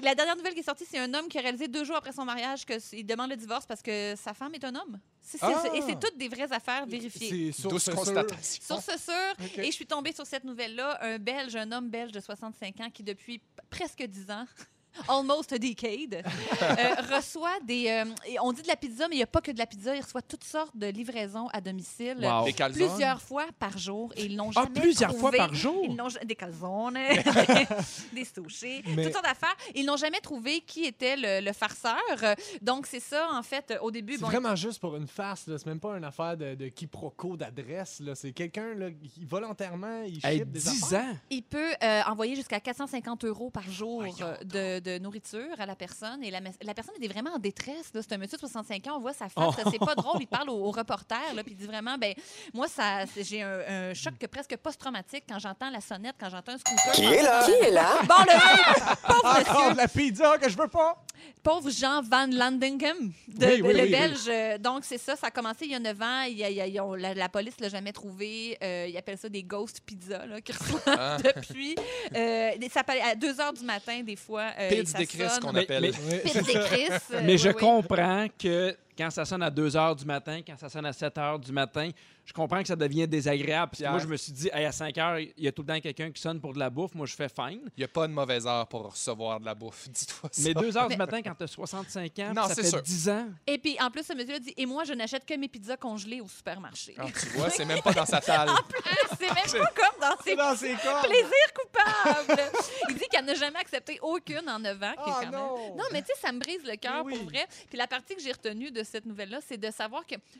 Speaker 3: la dernière nouvelle qui est sortie, c'est un homme qui a réalisé deux jours après son mariage qu'il demande le divorce parce que sa femme est un homme. C'est- c'est-
Speaker 6: Ah!
Speaker 3: Et c'est toutes des vraies affaires vérifiées.
Speaker 6: C'est source
Speaker 4: Douce
Speaker 6: sûre.
Speaker 4: constatation.
Speaker 3: Sur ce sûr. Et je suis tombée sur cette nouvelle-là. Un Belge, un homme belge de 65 ans qui, depuis p- presque 10 ans, almost a decade, euh, reçoit des... euh, et on dit de la pizza, mais il n'y a pas que de la pizza. Il reçoit toutes sortes de livraisons à domicile.
Speaker 1: Wow.
Speaker 4: Les calzones.
Speaker 3: Plusieurs fois par jour. Et ils l'ont
Speaker 1: Ah,
Speaker 3: jamais
Speaker 1: plusieurs fois
Speaker 3: trouvé.
Speaker 1: par jour?
Speaker 3: Ils n'ont ja- des calzones, des sushis,
Speaker 6: Mais-
Speaker 3: toutes sortes d'affaires. Ils n'ont jamais trouvé qui était le, le farceur. Euh, Donc, c'est ça, en fait, euh, au début...
Speaker 6: C'est
Speaker 3: bon,
Speaker 6: vraiment juste pour une farce, là. c'est même pas une affaire de, de quiproquo d'adresse. là. C'est quelqu'un là, qui volontairement il ship
Speaker 1: Hey,
Speaker 6: des
Speaker 1: 10
Speaker 6: affaires.
Speaker 1: ans?
Speaker 3: Il peut euh, envoyer jusqu'à 450 euros par jour euh, de, de nourriture à la personne. Et la, mes- la personne est vraiment en détresse. là. C'est un monsieur de 65 ans. On voit sa face. là, C'est pas drôle. Il parle au, au reporter. Là, puis il dit vraiment ben, Moi, ça, c'est- j'ai un, un choc que presque post-traumatique quand j'entends la sonnette,
Speaker 6: Ah,
Speaker 3: quand j'entends un scooter. Qui est là Qui est là Bon, le pauvre monsieur.
Speaker 6: Encore de la pizza que je veux pas.
Speaker 3: Pauvre Jean Van Landingham, de,
Speaker 6: Oui, oui,
Speaker 3: le
Speaker 6: oui,
Speaker 3: Belge. Euh, Donc, c'est ça, ça a commencé il y a 9 ans. Il y a- il y a- ils ont- la, la police ne l'a jamais trouvé. Euh, ils appellent ça des ghost pizza là, qui reçoivent
Speaker 4: Ah.
Speaker 3: depuis. Euh, ça paraît- à 2 h du matin, des fois. Euh,
Speaker 4: Pids
Speaker 3: ça
Speaker 4: des Chris
Speaker 3: sonne.
Speaker 4: qu'on
Speaker 1: Mais-
Speaker 4: appelle.
Speaker 1: mais-
Speaker 3: Pids des Chris, euh,
Speaker 1: Mais
Speaker 3: oui,
Speaker 1: je
Speaker 3: oui.
Speaker 1: comprends que quand ça sonne à 2 heures du matin, quand ça sonne à 7 heures du matin, je comprends que ça devient désagréable. Parce que
Speaker 4: Pierre.
Speaker 1: moi, je me suis dit, Hey, à 5 heures, il y a tout le temps quelqu'un qui sonne pour de la bouffe. Moi, je fais fine.
Speaker 4: Il n'y a pas de mauvaise heure pour recevoir de la bouffe, dis-toi ça.
Speaker 1: Mais 2 heures du
Speaker 3: Mais-
Speaker 1: matin, quand tu as 65 ans,
Speaker 4: Non,
Speaker 1: puis ça
Speaker 4: c'est
Speaker 1: fait
Speaker 4: sûr.
Speaker 1: 10 ans.
Speaker 3: Et puis, en plus, ce monsieur dit Et moi, je n'achète que mes pizzas congelées au supermarché.
Speaker 4: Ah, tu vois, c'est même pas dans sa salle.
Speaker 3: c'est même pas comme dans ses
Speaker 6: Dans ses corps.
Speaker 3: plaisir coupable. Il dit qu'elle n'a jamais accepté aucune en 9 ans. qui est
Speaker 6: Ah,
Speaker 3: quand même-
Speaker 6: non.
Speaker 3: mais tu sais, ça me brise le cœur
Speaker 6: Oui.
Speaker 3: pour vrai. Puis la partie que j'ai retenue de cette nouvelle-là, c'est de savoir que. euh,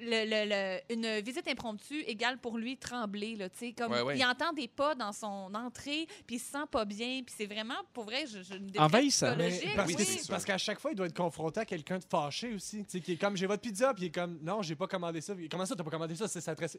Speaker 3: le- le- le- une visite impromptue égale pour lui trembler là, tu sais, comme
Speaker 4: Ouais, ouais.
Speaker 3: il entend des pas dans son entrée puis il se sent pas bien puis c'est vraiment pour vrai je, je une détresse
Speaker 1: Envahissant.
Speaker 6: Mais
Speaker 3: psychologique,
Speaker 6: parce
Speaker 3: oui.
Speaker 6: que c'est- parce qu'à chaque fois, il doit être confronté à quelqu'un de fâché aussi. Tu sais, qui est comme j'ai votre pizza, puis il est comme non, j'ai pas commandé ça. Comment ça, t'as pas commandé ça? C'est sa tresse.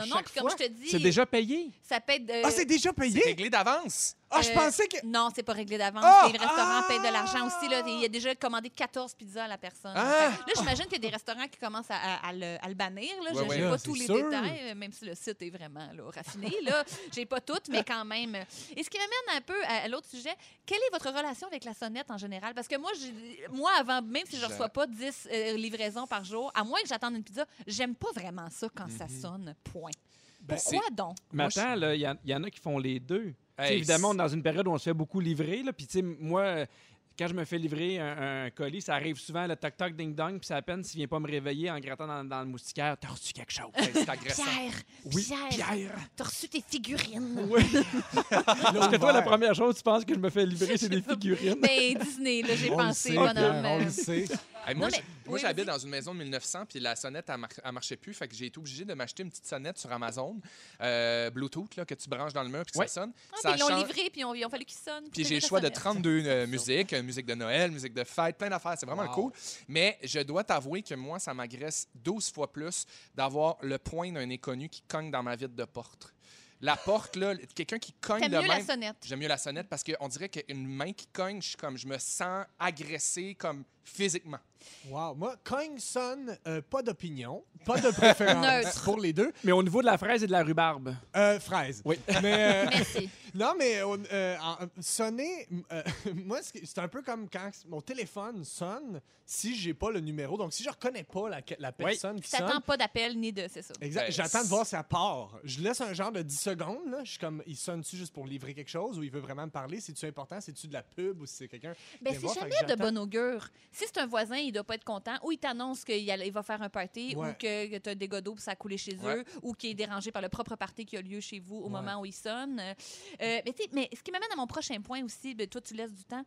Speaker 3: non non
Speaker 6: chaque
Speaker 3: puis comme
Speaker 6: fois-
Speaker 3: je te dis
Speaker 1: C'est déjà payé.
Speaker 3: ça peut être euh, de-
Speaker 6: Ah, c'est déjà payé?
Speaker 4: Réglé d'avance.
Speaker 6: Ah, je
Speaker 3: Euh,
Speaker 6: pensais que.
Speaker 3: Non, c'est pas réglé d'avance.
Speaker 6: Ah!
Speaker 3: Et le restaurant
Speaker 6: Ah!
Speaker 3: paye de l'argent aussi. Là. Il a déjà commandé 14 pizzas à la personne.
Speaker 4: Ah!
Speaker 3: Fait que Là, j'imagine qu'il y a des restaurants qui commencent à, à- à le, à le bannir. Là.
Speaker 4: Ouais,
Speaker 3: Je
Speaker 4: ouais.
Speaker 3: n'ai
Speaker 6: Là,
Speaker 3: pas
Speaker 6: c'est
Speaker 3: tous les
Speaker 6: sûr.
Speaker 3: détails, euh, même si le site est vraiment là, raffiné. Là. J'ai pas toutes, mais quand même. Et ce qui m'amène un peu à, à l'autre sujet, quelle est votre relation avec la sonnette en général? Parce que moi, j'ai- moi avant, même si je
Speaker 4: Je-
Speaker 3: ne reçois pas 10 euh, livraisons par jour, à moins que j'attende une pizza, j'aime pas vraiment ça quand ça
Speaker 4: Mhm.
Speaker 3: sonne. Point.
Speaker 4: Ben,
Speaker 3: Pourquoi donc?
Speaker 1: Mais
Speaker 4: Moi, je-
Speaker 1: attends, là, il y, en- il y en a qui font les deux. Tu sais,
Speaker 4: Hey,
Speaker 1: évidemment, on
Speaker 4: c'est-
Speaker 1: est dans une période où on se fait beaucoup livrer. Là, puis, tu sais, moi, euh, quand je me fais livrer un, un colis, ça arrive souvent le toc-toc, ding-dong, puis c'est à peine s'il vient pas me réveiller en grattant dans, dans le moustiquaire. T'as reçu quelque chose?
Speaker 4: Hey, C'est agressant.
Speaker 3: Pierre,
Speaker 1: Oui,
Speaker 3: Pierre,
Speaker 1: Pierre!
Speaker 3: t'as reçu tes figurines.
Speaker 4: Ah,
Speaker 1: Parce que toi, la première chose, tu penses que je me fais livrer, c'est des figurines.
Speaker 3: Ben, Disney, là, j'ai
Speaker 6: On le
Speaker 3: pensé,
Speaker 6: sait,
Speaker 3: bonhomme.
Speaker 6: Pierre, On le sait.
Speaker 4: Hey, moi,
Speaker 3: Non, mais-
Speaker 4: j'- moi,
Speaker 3: oui,
Speaker 4: j'habite
Speaker 3: vas-y.
Speaker 4: dans une maison de 1900, puis la sonnette, elle, mar- elle marchait plus. Fait que j'ai été obligé de m'acheter une petite sonnette sur Amazon, euh, Bluetooth, là, que tu branches dans le mur, puis que
Speaker 1: Ouais.
Speaker 4: ça sonne.
Speaker 3: Ah,
Speaker 4: ça
Speaker 3: puis ils l'ont
Speaker 4: change-
Speaker 3: livré, puis ils ont- ils ont fallu qu'ils sonnent.
Speaker 4: Puis
Speaker 3: pour
Speaker 4: j'ai le
Speaker 3: tirer
Speaker 4: choix
Speaker 3: la
Speaker 4: de
Speaker 3: sonnette.
Speaker 4: 32 euh, musiques, euh, musique de Noël, musique de fête, plein d'affaires. C'est vraiment
Speaker 6: Wow.
Speaker 4: cool. Mais je dois t'avouer que moi, ça m'agresse 12 fois plus d'avoir le point d'un inconnu qui cogne dans ma vitre de porte. La porte, là, quelqu'un qui cogne
Speaker 3: T'aimes
Speaker 4: de
Speaker 3: mieux la
Speaker 4: même.
Speaker 3: sonnette.
Speaker 4: J'aime mieux la sonnette parce qu'on dirait qu'une main qui cogne, je, suis comme, je me sens agressé comme physiquement.
Speaker 6: Wow. Moi, Kong Son, euh, pas d'opinion, pas de préférence
Speaker 3: Neutre.
Speaker 6: pour les deux.
Speaker 1: Mais au niveau de la fraise et de la rhubarbe.
Speaker 6: Euh, fraise.
Speaker 1: Oui.
Speaker 6: Mais, euh,
Speaker 3: Merci.
Speaker 6: Non, mais on- euh, en- sonner, m- euh, moi, ce qui- c'est un peu comme quand mon téléphone sonne si j'ai pas le numéro. Donc, si je reconnais pas la, la personne qui
Speaker 3: T'attends
Speaker 6: sonne.
Speaker 3: pas d'appel ni de, c'est ça.
Speaker 6: Exact.
Speaker 4: Ben,
Speaker 6: J'attends de voir si elle part. Je laisse un genre de 10 secondes. Là. Je suis comme, il sonne-tu juste pour livrer quelque chose ou il veut vraiment me parler? C'est-tu important? C'est-tu de la pub ou si c'est quelqu'un?
Speaker 3: Ben,
Speaker 6: Viens
Speaker 3: c'est
Speaker 6: voir, fait que
Speaker 3: jamais de
Speaker 6: j'attends.
Speaker 3: bon augure. Si c'est un voisin, il doit pas être content. Ou il t'annonce qu'il y a- il va faire un party,
Speaker 6: Ouais.
Speaker 3: ou que tu as des godots pour ça a coulé chez
Speaker 4: Ouais.
Speaker 3: eux, ou qu'il est dérangé par le propre party qui a lieu chez vous au
Speaker 6: Ouais.
Speaker 3: moment où il sonne. Euh, mais, tu sais, mais ce qui m'amène à mon prochain point aussi, ben, toi, tu laisses du temps.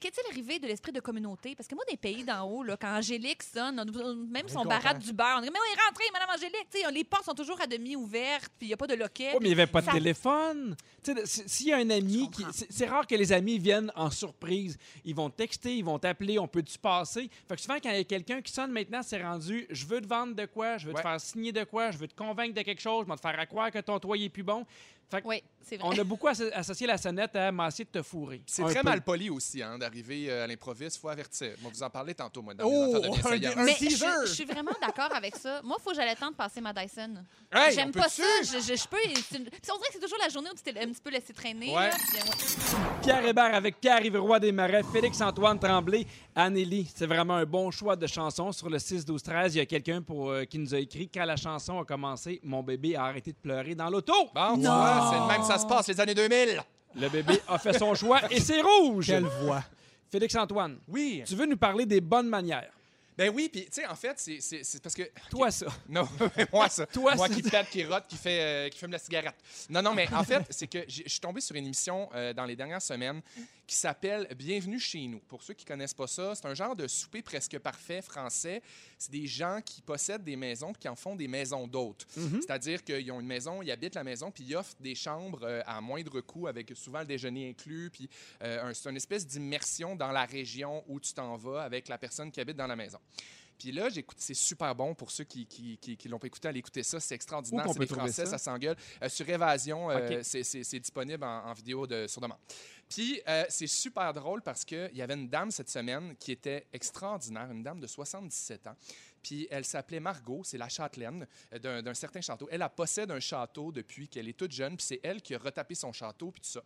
Speaker 3: Qu'est-il arrivé de l'esprit de communauté? Parce que moi, des pays d'en haut, là, quand Angélique sonne, on- on- même son
Speaker 6: comprend.
Speaker 3: barat du beurre, on dit Mais oui, rentrez, Madame Angélique! Tu sais, on- les portes sont toujours à demi ouvertes, puis il n'y a pas de loquet.
Speaker 1: Oh, mais il n'y avait pas de
Speaker 3: Ça-
Speaker 1: téléphone. Tu sais, si- S'il y a un ami qui.
Speaker 3: comprends.
Speaker 1: c'est- C'est rare que les amis viennent en surprise. Ils vont texter, ils vont t'appeler, on peut-tu passer. Fait que souvent, quand il y a quelqu'un qui sonne maintenant, c'est rendu je veux te vendre de quoi, je veux
Speaker 4: Ouais.
Speaker 1: te faire signer de quoi, je veux te convaincre de quelque chose, je vais te faire à croire que ton toit il est plus bon. Fait que
Speaker 3: Oui, c'est vrai.
Speaker 1: on a beaucoup asso- associé la sonnette à masser de te fourrer.
Speaker 4: C'est
Speaker 1: Un
Speaker 4: très
Speaker 1: peu.
Speaker 4: mal poli aussi hein, d'arriver euh, à l'improviste. faut avertir. Moi, vous en parlez tantôt, moi, dans mes
Speaker 6: Oh,
Speaker 4: affaires de
Speaker 6: un-
Speaker 4: bienveillance.
Speaker 6: un-
Speaker 3: Mais je,
Speaker 6: teaser!
Speaker 3: je suis vraiment d'accord avec ça. Moi, il faut que j'aille le temps de passer ma Dyson.
Speaker 4: Hey, on
Speaker 3: J'aime
Speaker 4: peut
Speaker 3: pas
Speaker 4: dessus?
Speaker 3: ça. Je, je, je peux. c'est une- Puis on dirait que c'est toujours la journée où tu t'es un petit peu laissé traîner.
Speaker 4: Ouais.
Speaker 3: là, puis, ouais.
Speaker 1: Pierre Hébert avec Pierre Yves-Roy des Marais, Félix-Antoine Tremblay, Anneli. C'est vraiment un bon choix de chanson. Sur le 6-12-13, il y a quelqu'un pour, euh, qui nous a écrit Quand la chanson a commencé, mon bébé a arrêté de pleurer dans l'auto.
Speaker 4: Bon, tu vois, c'est le même que ça se passe, les années 2000.
Speaker 1: Le bébé a fait son choix et c'est rouge.
Speaker 6: Quelle voix.
Speaker 1: Félix-Antoine,
Speaker 4: Oui.
Speaker 1: tu veux nous parler des bonnes manières.
Speaker 4: Ben oui, puis tu sais, en fait, c'est- c'est c'est parce que.
Speaker 1: Toi, ça.
Speaker 4: Non, mais moi, ça.
Speaker 1: Toi,
Speaker 4: moi
Speaker 1: ça.
Speaker 4: qui pète, qui rote, qui, fait, euh, qui fume la cigarette. Non, non, mais en fait, c'est que j'ai- je suis tombé sur une émission euh, dans les dernières semaines qui s'appelle Bienvenue chez nous. Pour ceux qui connaissent pas ça, c'est un genre de souper presque parfait français. C'est des gens qui possèdent des maisons puis qui en font des maisons d'hôtes.
Speaker 1: Mm-hmm.
Speaker 4: C'est-à-dire qu'ils ont une maison, ils habitent la maison, puis ils offrent des chambres euh, à moindre coût avec souvent le déjeuner inclus. Puis euh, un- c'est une espèce d'immersion dans la région où tu t'en vas avec la personne qui habite dans la maison. Puis là, j'écoute, c'est super bon pour ceux qui, qui, qui, qui l'ont pas écouté, allez écouter ça, c'est extraordinaire.
Speaker 1: Où qu'on
Speaker 4: C'est
Speaker 1: peut
Speaker 4: des
Speaker 1: trouver
Speaker 4: Français,
Speaker 1: ça?
Speaker 4: ça, s'engueule. Euh, sur Évasion, euh,
Speaker 1: Ok.
Speaker 4: c'est- c'est c'est disponible en, en vidéo de, sur demande. Puis euh, c'est super drôle parce qu'il y avait une dame cette semaine qui était extraordinaire, une dame de 77 ans. Puis elle s'appelait Margot, c'est la châtelaine euh, d'un d'un certain château. Elle, elle possède un château depuis qu'elle est toute jeune, puis c'est elle qui a retapé son château, puis tout ça.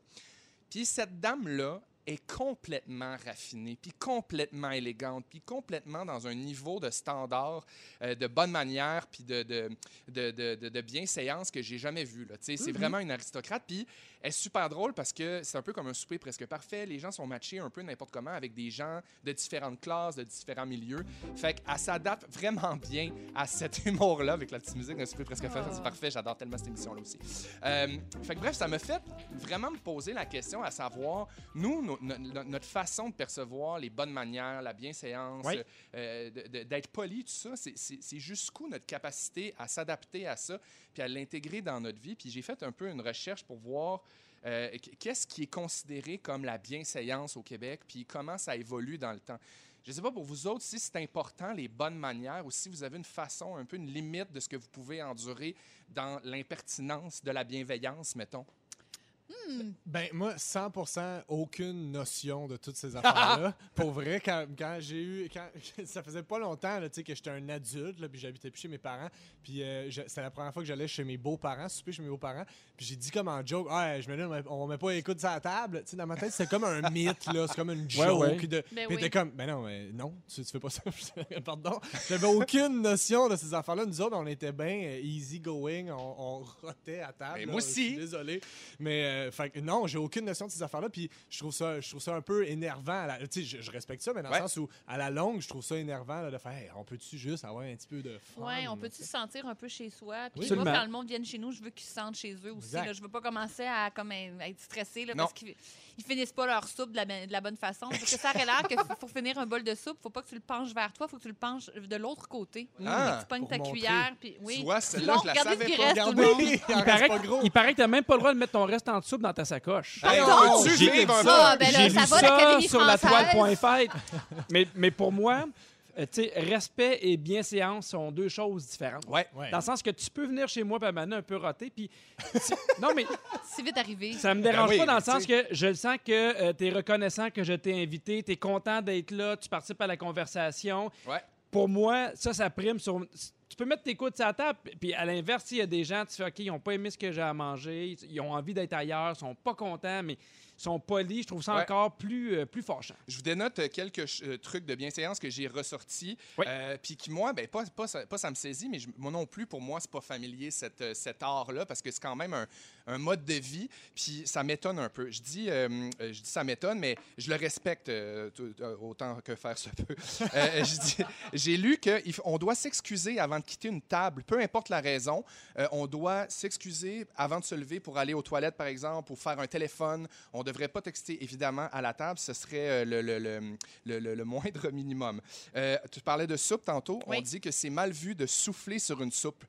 Speaker 4: Puis cette dame-là est complètement raffinée, puis complètement élégante, puis complètement dans un niveau de standard, euh, de bonne manière, puis de, de, de, de, de- de bienséance que j'ai jamais vu. là. Tu sais, C'est vraiment une aristocrate, puis elle est super drôle parce que c'est un peu comme un souper presque parfait. Les gens sont matchés un peu n'importe comment avec des gens de différentes classes, de différents milieux. Fait qu'elle s'adapte vraiment bien à cet humour-là avec la petite musique d'un souper presque parfait. C'est parfait, j'adore tellement cette émission-là aussi. Euh, fait que bref, ça me fait vraiment me poser la question à savoir, nous, no- no- no- notre façon de percevoir les bonnes manières, la bienséance,
Speaker 6: Oui.
Speaker 4: euh, de- de- d'être poli, tout ça, c'est- c'est c'est jusqu'où notre capacité à s'adapter à ça, puis à l'intégrer dans notre vie. Puis j'ai fait un peu une recherche pour voir euh, qu- qu'est-ce qui est considéré comme la bienséance au Québec, puis comment ça évolue dans le temps. Je ne sais pas pour vous autres si c'est important les bonnes manières ou si vous avez une façon, un peu une limite de ce que vous pouvez endurer dans l'impertinence de la bienveillance, mettons.
Speaker 6: Ben, moi, 100% aucune notion de toutes ces affaires-là. Pour vrai, quand, quand j'ai eu. Quand, ça faisait pas longtemps là, tu sais, que j'étais un adulte, là, puis j'habitais plus chez mes parents. Puis euh, je- c'était la première fois que j'allais chez mes beaux-parents, souper chez mes beaux-parents. Puis j'ai dit comme en joke, ah, je me dis, on met- on met pas les coudes sur la table. Tu sais, dans ma tête, c'était comme un mythe, là, c'est comme une joke.
Speaker 1: ouais.
Speaker 6: de-
Speaker 3: Ben
Speaker 6: puis
Speaker 3: oui.
Speaker 6: t'es comme, ben non, mais non, tu, tu fais pas ça. Pardon. J'avais aucune notion de ces affaires-là. Nous autres, on était bien euh, easy going, on, on rotait à table.
Speaker 4: Ben,
Speaker 6: là,
Speaker 4: moi
Speaker 6: je suis
Speaker 4: aussi.
Speaker 6: Désolé. Mais euh, fait que non, j'ai aucune notion de ces affaires-là. Puis je trouve ça, je trouve ça un peu énervant. à la- Tu sais, je, je respecte ça, mais dans
Speaker 4: Ouais.
Speaker 6: le sens où à la longue, je trouve ça énervant là, de faire. Hey, on peut-tu juste avoir un petit peu de fun?
Speaker 3: Ouais, on peut-tu se sentir un peu chez soi? Puis
Speaker 6: Ah, Oui.
Speaker 3: moi,
Speaker 1: Absolument.
Speaker 3: quand le monde vient chez nous, je veux qu'ils se sentent chez eux aussi.
Speaker 6: Exact.
Speaker 3: Là. Je veux pas commencer à, comme, à être stressé là,
Speaker 4: Non.
Speaker 3: parce qu'ils ils finissent pas leur soupe de la, ben- de la bonne façon. Parce que ça aurait l'air que f- pour finir un bol de soupe, faut pas que tu le penches vers toi, faut que tu le penches de l'autre côté.
Speaker 4: Ah,
Speaker 3: tu pognes
Speaker 6: pour
Speaker 3: ta
Speaker 6: montrer.
Speaker 3: cuillère. Puis, oui.
Speaker 4: Tu vois, celle-là,
Speaker 3: Non,
Speaker 4: je la
Speaker 3: regardez
Speaker 4: savais
Speaker 3: ce qui
Speaker 4: pas.
Speaker 3: reste, tout le monde.
Speaker 6: Regardez, il en
Speaker 1: Il paraît,
Speaker 6: reste pas gros.
Speaker 1: il paraît que t'as même pas le droit de mettre ton restant de soupe dans ta sacoche.
Speaker 4: Hey, on
Speaker 3: Pardon?
Speaker 4: peut-tu
Speaker 1: J'ai-
Speaker 4: vivre un
Speaker 3: Ah,
Speaker 4: peu?
Speaker 3: ben là,
Speaker 1: J'ai
Speaker 3: ça
Speaker 1: vu
Speaker 3: va,
Speaker 1: ça
Speaker 3: l'Académie
Speaker 1: sur la
Speaker 3: française.
Speaker 1: toile.fête. mais, mais pour moi, euh, tu sais, respect et bienséance sont deux choses différentes.
Speaker 4: Ouais.
Speaker 6: Ouais.
Speaker 1: Dans le sens que tu peux venir chez moi, Pamana, un peu roté, puis... tu- Non, mais
Speaker 3: C'est vite arrivé.
Speaker 1: ça me dérange
Speaker 4: Ben oui,
Speaker 1: pas dans le
Speaker 4: mais tu
Speaker 1: sens que je le sens que tu es reconnaissant que je t'ai invité, tu es content d'être là, tu participes à la conversation.
Speaker 4: Ouais.
Speaker 1: Pour moi, ça, ça prime sur... Tu peux mettre tes coudes sur la table, puis à l'inverse, s'il y a des gens, tu fais OK, ils n'ont pas aimé ce que j'ai à manger, ils- ils ont envie d'être ailleurs, ils sont pas contents, mais ils sont polis, je trouve ça
Speaker 4: Ouais.
Speaker 1: encore plus, euh, plus fâchant.
Speaker 4: Je vous dénote euh, quelques ch- euh, trucs de bienséance que j'ai ressortis,
Speaker 1: Oui.
Speaker 4: euh, puis qui, moi, ben, pas, pas, ça, pas ça me saisit, mais je- moi non plus, pour moi, c'est pas familier cette, euh, cet art-là, parce que c'est quand même un, un mode de vie, puis ça m'étonne un peu. Je dis, euh, euh, je dis ça m'étonne, mais je le respecte euh, tout- euh, autant que faire se peut. Euh, je dis- J'ai lu qu'on doit s'excuser avant de quitter une table, peu importe la raison. Euh, on doit s'excuser avant de se lever pour aller aux toilettes, par exemple, ou faire un téléphone. On ne devrait pas texter, évidemment, à la table. Ce serait euh, le, le- le- le- le- le moindre minimum. Euh, tu parlais de soupe tantôt.
Speaker 3: Oui.
Speaker 4: On dit que c'est mal vu de souffler sur une soupe.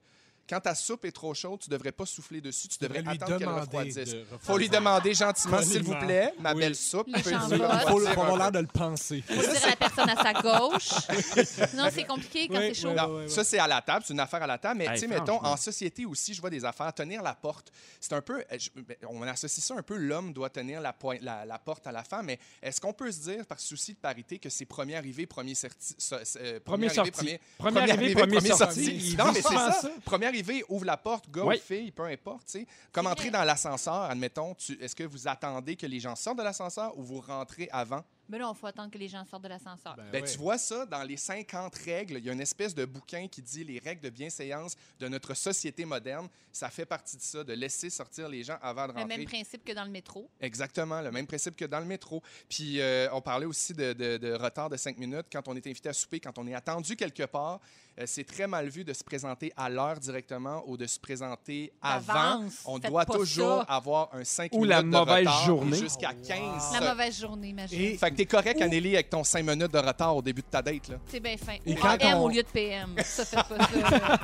Speaker 4: Quand ta soupe est trop chaude, tu ne devrais pas souffler dessus. Tu
Speaker 6: Tu devrais
Speaker 4: devrais
Speaker 6: lui
Speaker 4: attendre qu'elle
Speaker 6: demander
Speaker 4: refroidisse.
Speaker 6: de
Speaker 4: faut lui
Speaker 6: refroidir.
Speaker 4: demander gentiment,
Speaker 6: Poliment.
Speaker 4: s'il vous plaît, ma
Speaker 6: Oui.
Speaker 4: belle soupe.
Speaker 3: Les
Speaker 4: Peux-tu
Speaker 3: chambottes.
Speaker 4: refroidir
Speaker 6: Faut,
Speaker 4: un
Speaker 6: faut avoir
Speaker 4: peu?
Speaker 6: l'air de le penser.
Speaker 3: Faut dire à la personne à sa gauche. Non, c'est compliqué quand
Speaker 6: Oui,
Speaker 3: c'est chaud.
Speaker 6: oui.
Speaker 4: Non, ça, c'est à la table, c'est une affaire à la table. Mais,
Speaker 1: Hey,
Speaker 4: tu sais, mettons,
Speaker 1: franchement.
Speaker 4: en société aussi, je vois des affaires. Tenir la porte, c'est un peu. je- ben, on associe ça un peu, l'homme doit tenir la, poi- la, la porte à la femme. Mais est-ce qu'on peut se dire, par souci de parité, que c'est premier arrivé, premier sorti. so- euh,
Speaker 1: Premier
Speaker 4: arrivé,
Speaker 1: sorti. Premier arrivé, premier sorti. Il
Speaker 4: Non,
Speaker 1: dit
Speaker 4: mais c'est
Speaker 1: souvent
Speaker 4: ça.
Speaker 1: ça.
Speaker 4: Premier arrivé, ouvre la porte, gars
Speaker 1: Oui.
Speaker 4: ou fille, peu importe. tu sais. Comme
Speaker 3: C'est
Speaker 4: entrer
Speaker 3: vrai.
Speaker 4: dans l'ascenseur, admettons, tu- est-ce que vous attendez que les gens sortent de l'ascenseur ou vous rentrez avant?
Speaker 3: Mais Ben là, il faut attendre que les gens sortent de l'ascenseur.
Speaker 6: ouais.
Speaker 4: Ben, Tu vois ça, dans les 50 règles, il y a une espèce de bouquin qui dit les règles de bienséance de notre société moderne. Ça fait partie de ça, de laisser sortir les gens avant de
Speaker 3: Le
Speaker 4: rentrer.
Speaker 3: même principe que dans le métro.
Speaker 4: Exactement, le même principe que dans le métro. Puis euh, on parlait aussi de, de- de retard de 5 minutes. Quand on est invité à souper, quand on est attendu quelque part, euh, c'est très mal vu de se présenter à l'heure directement ou de se présenter avant.
Speaker 3: D'avance,
Speaker 4: On
Speaker 3: faites
Speaker 4: doit
Speaker 3: pas
Speaker 4: toujours
Speaker 3: ça.
Speaker 4: avoir un 5
Speaker 1: Ou
Speaker 4: minutes
Speaker 1: la
Speaker 4: de
Speaker 1: mauvaise
Speaker 4: retard et
Speaker 1: journée.
Speaker 4: jusqu'à 15.
Speaker 3: La mauvaise journée, imagine.
Speaker 6: Et
Speaker 4: Fait que t'es correct, Anneli, avec ton 5 minutes de retard au début de ta date, là.
Speaker 3: C'est bien fin.
Speaker 6: Et
Speaker 3: Ou
Speaker 6: quand
Speaker 3: AM
Speaker 6: on-
Speaker 3: au lieu de PM. Ça fait pas ça.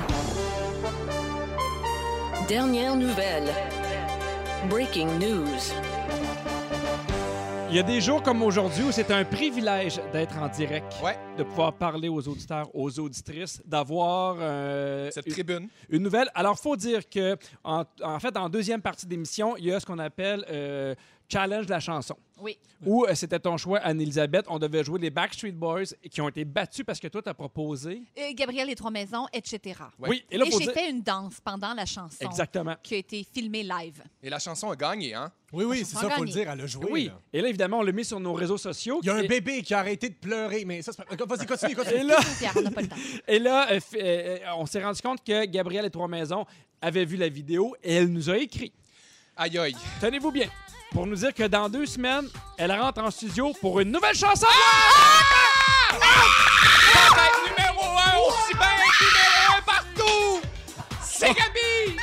Speaker 9: Dernière nouvelle. Breaking news.
Speaker 1: Il y a des jours comme aujourd'hui où c'est un privilège d'être en direct
Speaker 4: Ouais.
Speaker 1: de pouvoir parler aux auditeurs, aux auditrices, d'avoir euh,
Speaker 4: Cette
Speaker 1: une-
Speaker 4: tribune.
Speaker 1: une nouvelle. Alors, faut dire que, en, en fait, en deuxième partie d'émission, il y a ce qu'on appelle euh, Challenge de la chanson.
Speaker 3: Oui.
Speaker 1: Où euh, c'était ton choix, Anne-Elisabeth. On devait jouer les Backstreet Boys qui ont été battus parce que toi, t'as proposé.
Speaker 3: Euh, Gabriel Les Trois Maisons, etc.
Speaker 4: Ouais.
Speaker 1: Oui, et là,
Speaker 3: Et
Speaker 1: faut
Speaker 3: j'ai
Speaker 1: dire-
Speaker 3: fait une danse pendant la chanson
Speaker 1: Exactement.
Speaker 3: qui a été filmée live.
Speaker 4: Et la chanson a gagné, hein?
Speaker 10: Oui, oui,
Speaker 3: Ils
Speaker 10: c'est
Speaker 3: sont
Speaker 10: ça, faut le
Speaker 3: gagnés.
Speaker 10: dire, elle a joué.
Speaker 1: Oui.
Speaker 10: là.
Speaker 1: Et là, évidemment, on l'a mis sur nos réseaux sociaux.
Speaker 10: Il y a un
Speaker 1: Et-
Speaker 10: bébé qui a arrêté de pleurer, mais ça, c'est pas... Vas-y, continue,
Speaker 1: Et
Speaker 10: continue.
Speaker 1: là,
Speaker 3: Pierre, on n'a pas le temps.
Speaker 1: et là euh, f- euh, on s'est rendu compte que Gabrielle et Trois Maisons avaient vu la vidéo et elle nous a écrit.
Speaker 4: Aïe aïe.
Speaker 3: Ah,
Speaker 1: Tenez-vous bien pour nous dire que dans deux semaines, elle rentre en studio pour une nouvelle chanson.
Speaker 4: Ah! Tête numéro un, aussi bien que numéro un partout! C'est Gabi!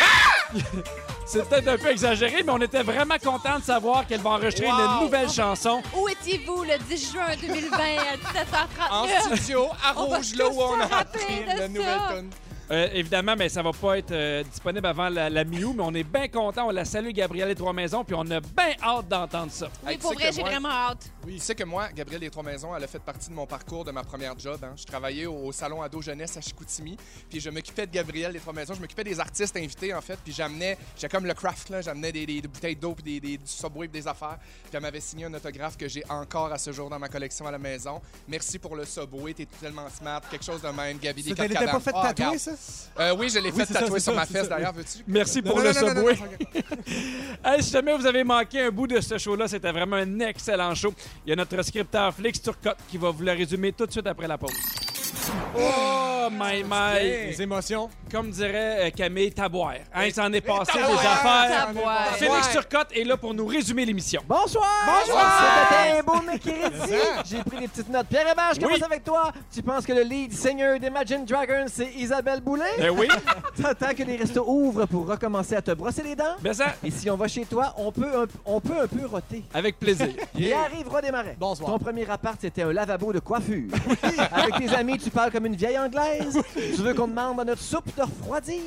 Speaker 4: Ah!
Speaker 1: C'est peut-être un peu exagéré, mais on était vraiment contents de savoir qu'elle va enregistrer une nouvelle chanson.
Speaker 3: Où étiez-vous le 10 juin 2020 à 17h30?
Speaker 4: En studio, à
Speaker 3: On va
Speaker 4: Rouge, là
Speaker 3: tous
Speaker 4: où on
Speaker 3: se
Speaker 4: a
Speaker 3: rappeler
Speaker 4: appris
Speaker 3: de
Speaker 4: la
Speaker 3: ça.
Speaker 4: nouvelle tonne.
Speaker 1: Euh, évidemment, mais ça va pas être euh, disponible avant la, la mi-août, mais on est bien contents. On la salue, Gabrielle et Trois Maisons, puis on a bien hâte d'entendre ça.
Speaker 3: Oui,
Speaker 4: Hey, tu
Speaker 3: pour
Speaker 4: sais
Speaker 3: vrai,
Speaker 4: que
Speaker 3: j'ai
Speaker 4: moi-
Speaker 3: vraiment hâte.
Speaker 4: Tu sais que moi, Gabrielle des Trois Maisons, elle a fait partie de mon parcours de ma première job. hein. Je travaillais au, au salon ado jeunesse à Chicoutimi, puis je m'occupais de Gabrielle des Trois Maisons. Je m'occupais des artistes invités, en fait, puis j'amenais, j'étais comme le craft, là, j'amenais des, des- des bouteilles d'eau, puis des, des- du subway, puis des affaires. Puis elle m'avait signé un autographe que j'ai encore à ce jour dans ma collection à la maison. Merci pour le subway, t'es tellement smart, quelque chose de même, Gabi des
Speaker 10: Elle
Speaker 4: Quatre
Speaker 10: n'était pas
Speaker 4: Cabanes.
Speaker 10: faite
Speaker 4: Ah,
Speaker 10: tatouer,
Speaker 4: regarde.
Speaker 10: ça?
Speaker 4: Euh, Oui, je l'ai
Speaker 10: Oui,
Speaker 4: fait
Speaker 10: c'est ça,
Speaker 4: tatouer
Speaker 10: c'est
Speaker 4: sur
Speaker 10: ça,
Speaker 4: ma
Speaker 10: c'est
Speaker 4: fesse,
Speaker 10: ça.
Speaker 4: d'ailleurs, veux-tu?
Speaker 1: Merci
Speaker 10: Non,
Speaker 1: pour
Speaker 10: non,
Speaker 1: le
Speaker 10: non, non, non,
Speaker 1: subway.
Speaker 10: non, non,
Speaker 1: Hey, si jamais vous avez manqué un bout de ce show-là, c'était vraiment un excellent show. Il y a notre scripteur Flix Turcotte qui va vous le résumer tout de suite après la pause. Oh, my my!
Speaker 10: Les émotions.
Speaker 1: Comme dirait euh, Camille Taboire. Hein, il s'en est passé des
Speaker 4: Taboire!
Speaker 1: affaires.
Speaker 3: Taboire.
Speaker 1: Félix Turcotte est là pour nous résumer l'émission.
Speaker 6: Bonsoir!
Speaker 10: Bonsoir!
Speaker 6: C'était un beau mercredi! J'ai pris des petites notes. Pierre Hébert, je
Speaker 1: Oui.
Speaker 6: commence avec toi. Tu penses que le lead singer d'Imagine Dragons, c'est Isabelle Boulay?
Speaker 1: Ben oui,
Speaker 6: T'attends que les restos ouvrent pour recommencer à te brosser les dents?
Speaker 1: ben ça,
Speaker 6: Et si on va chez toi, on peut un, on peut un peu roter.
Speaker 1: avec plaisir.
Speaker 6: Et arrive Roi des Marais.
Speaker 10: Bonsoir.
Speaker 6: Ton premier appart, c'était un lavabo de coiffure. Avec tes amis, tu parles comme une vieille anglaise. Tu veux qu'on demande à notre soupe de refroidir.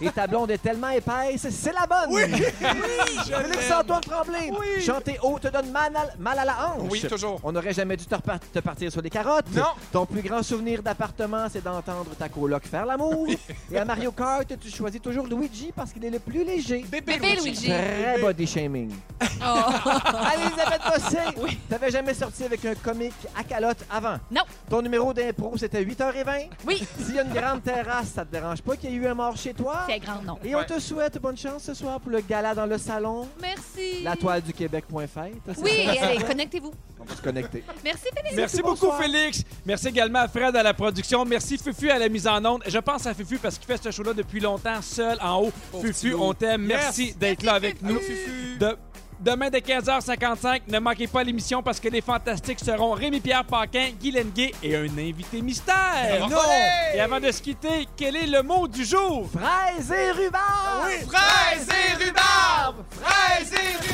Speaker 6: Et ta blonde est tellement épaisse, c'est la bonne. Oui, Félix-Antoine Tremblay. Chanter haut te donne mal à, mal à la hanche.
Speaker 4: Oui, toujours.
Speaker 6: On n'aurait jamais dû te, repart- te partir sur les carottes.
Speaker 4: Non.
Speaker 6: Ton plus grand souvenir d'appartement, c'est d'entendre ta coloc faire l'amour. Et à Mario Kart, tu choisis toujours Luigi parce qu'il est le plus léger.
Speaker 3: Bébé Luigi.
Speaker 6: Très body shaming.
Speaker 3: Oh.
Speaker 4: Ah,
Speaker 6: Elisabeth Bossé, t'avais jamais sorti avec un comique à calotte avant?
Speaker 3: Non.
Speaker 6: Ton numéro d'impro, c'était 8h20?
Speaker 3: Oui,
Speaker 6: S'il y a une grande terrasse, ça te dérange pas qu'il y ait eu un mort chez toi?
Speaker 3: c'est grand nom.
Speaker 6: Et on te souhaite bonne chance ce soir pour le gala dans le salon.
Speaker 3: Merci.
Speaker 6: La toile du Québec.fête.
Speaker 3: Oui, allez, connectez-vous.
Speaker 6: On va se connecter.
Speaker 3: Merci, Félix.
Speaker 1: Merci beaucoup,
Speaker 6: Bonsoir.
Speaker 1: Félix. Merci également à Fred à la production. Merci, Fufu, à la mise en onde. Je pense à Fufu parce qu'il fait ce show-là depuis longtemps, seul, en haut.
Speaker 4: Pauvre petit
Speaker 1: Fufu,
Speaker 4: loup.
Speaker 1: on t'aime. Merci d'être là avec nous. De- Demain dès 15h55, ne manquez pas l'émission parce que les fantastiques seront Rémi-Pierre Paquin, Guy Lenguet et un invité mystère.
Speaker 4: Non!
Speaker 1: Et avant de se quitter, quel est le mot du jour?
Speaker 6: Fraise et ruban!
Speaker 4: Fraises et rhubarbe! Fraises et rhubarbe!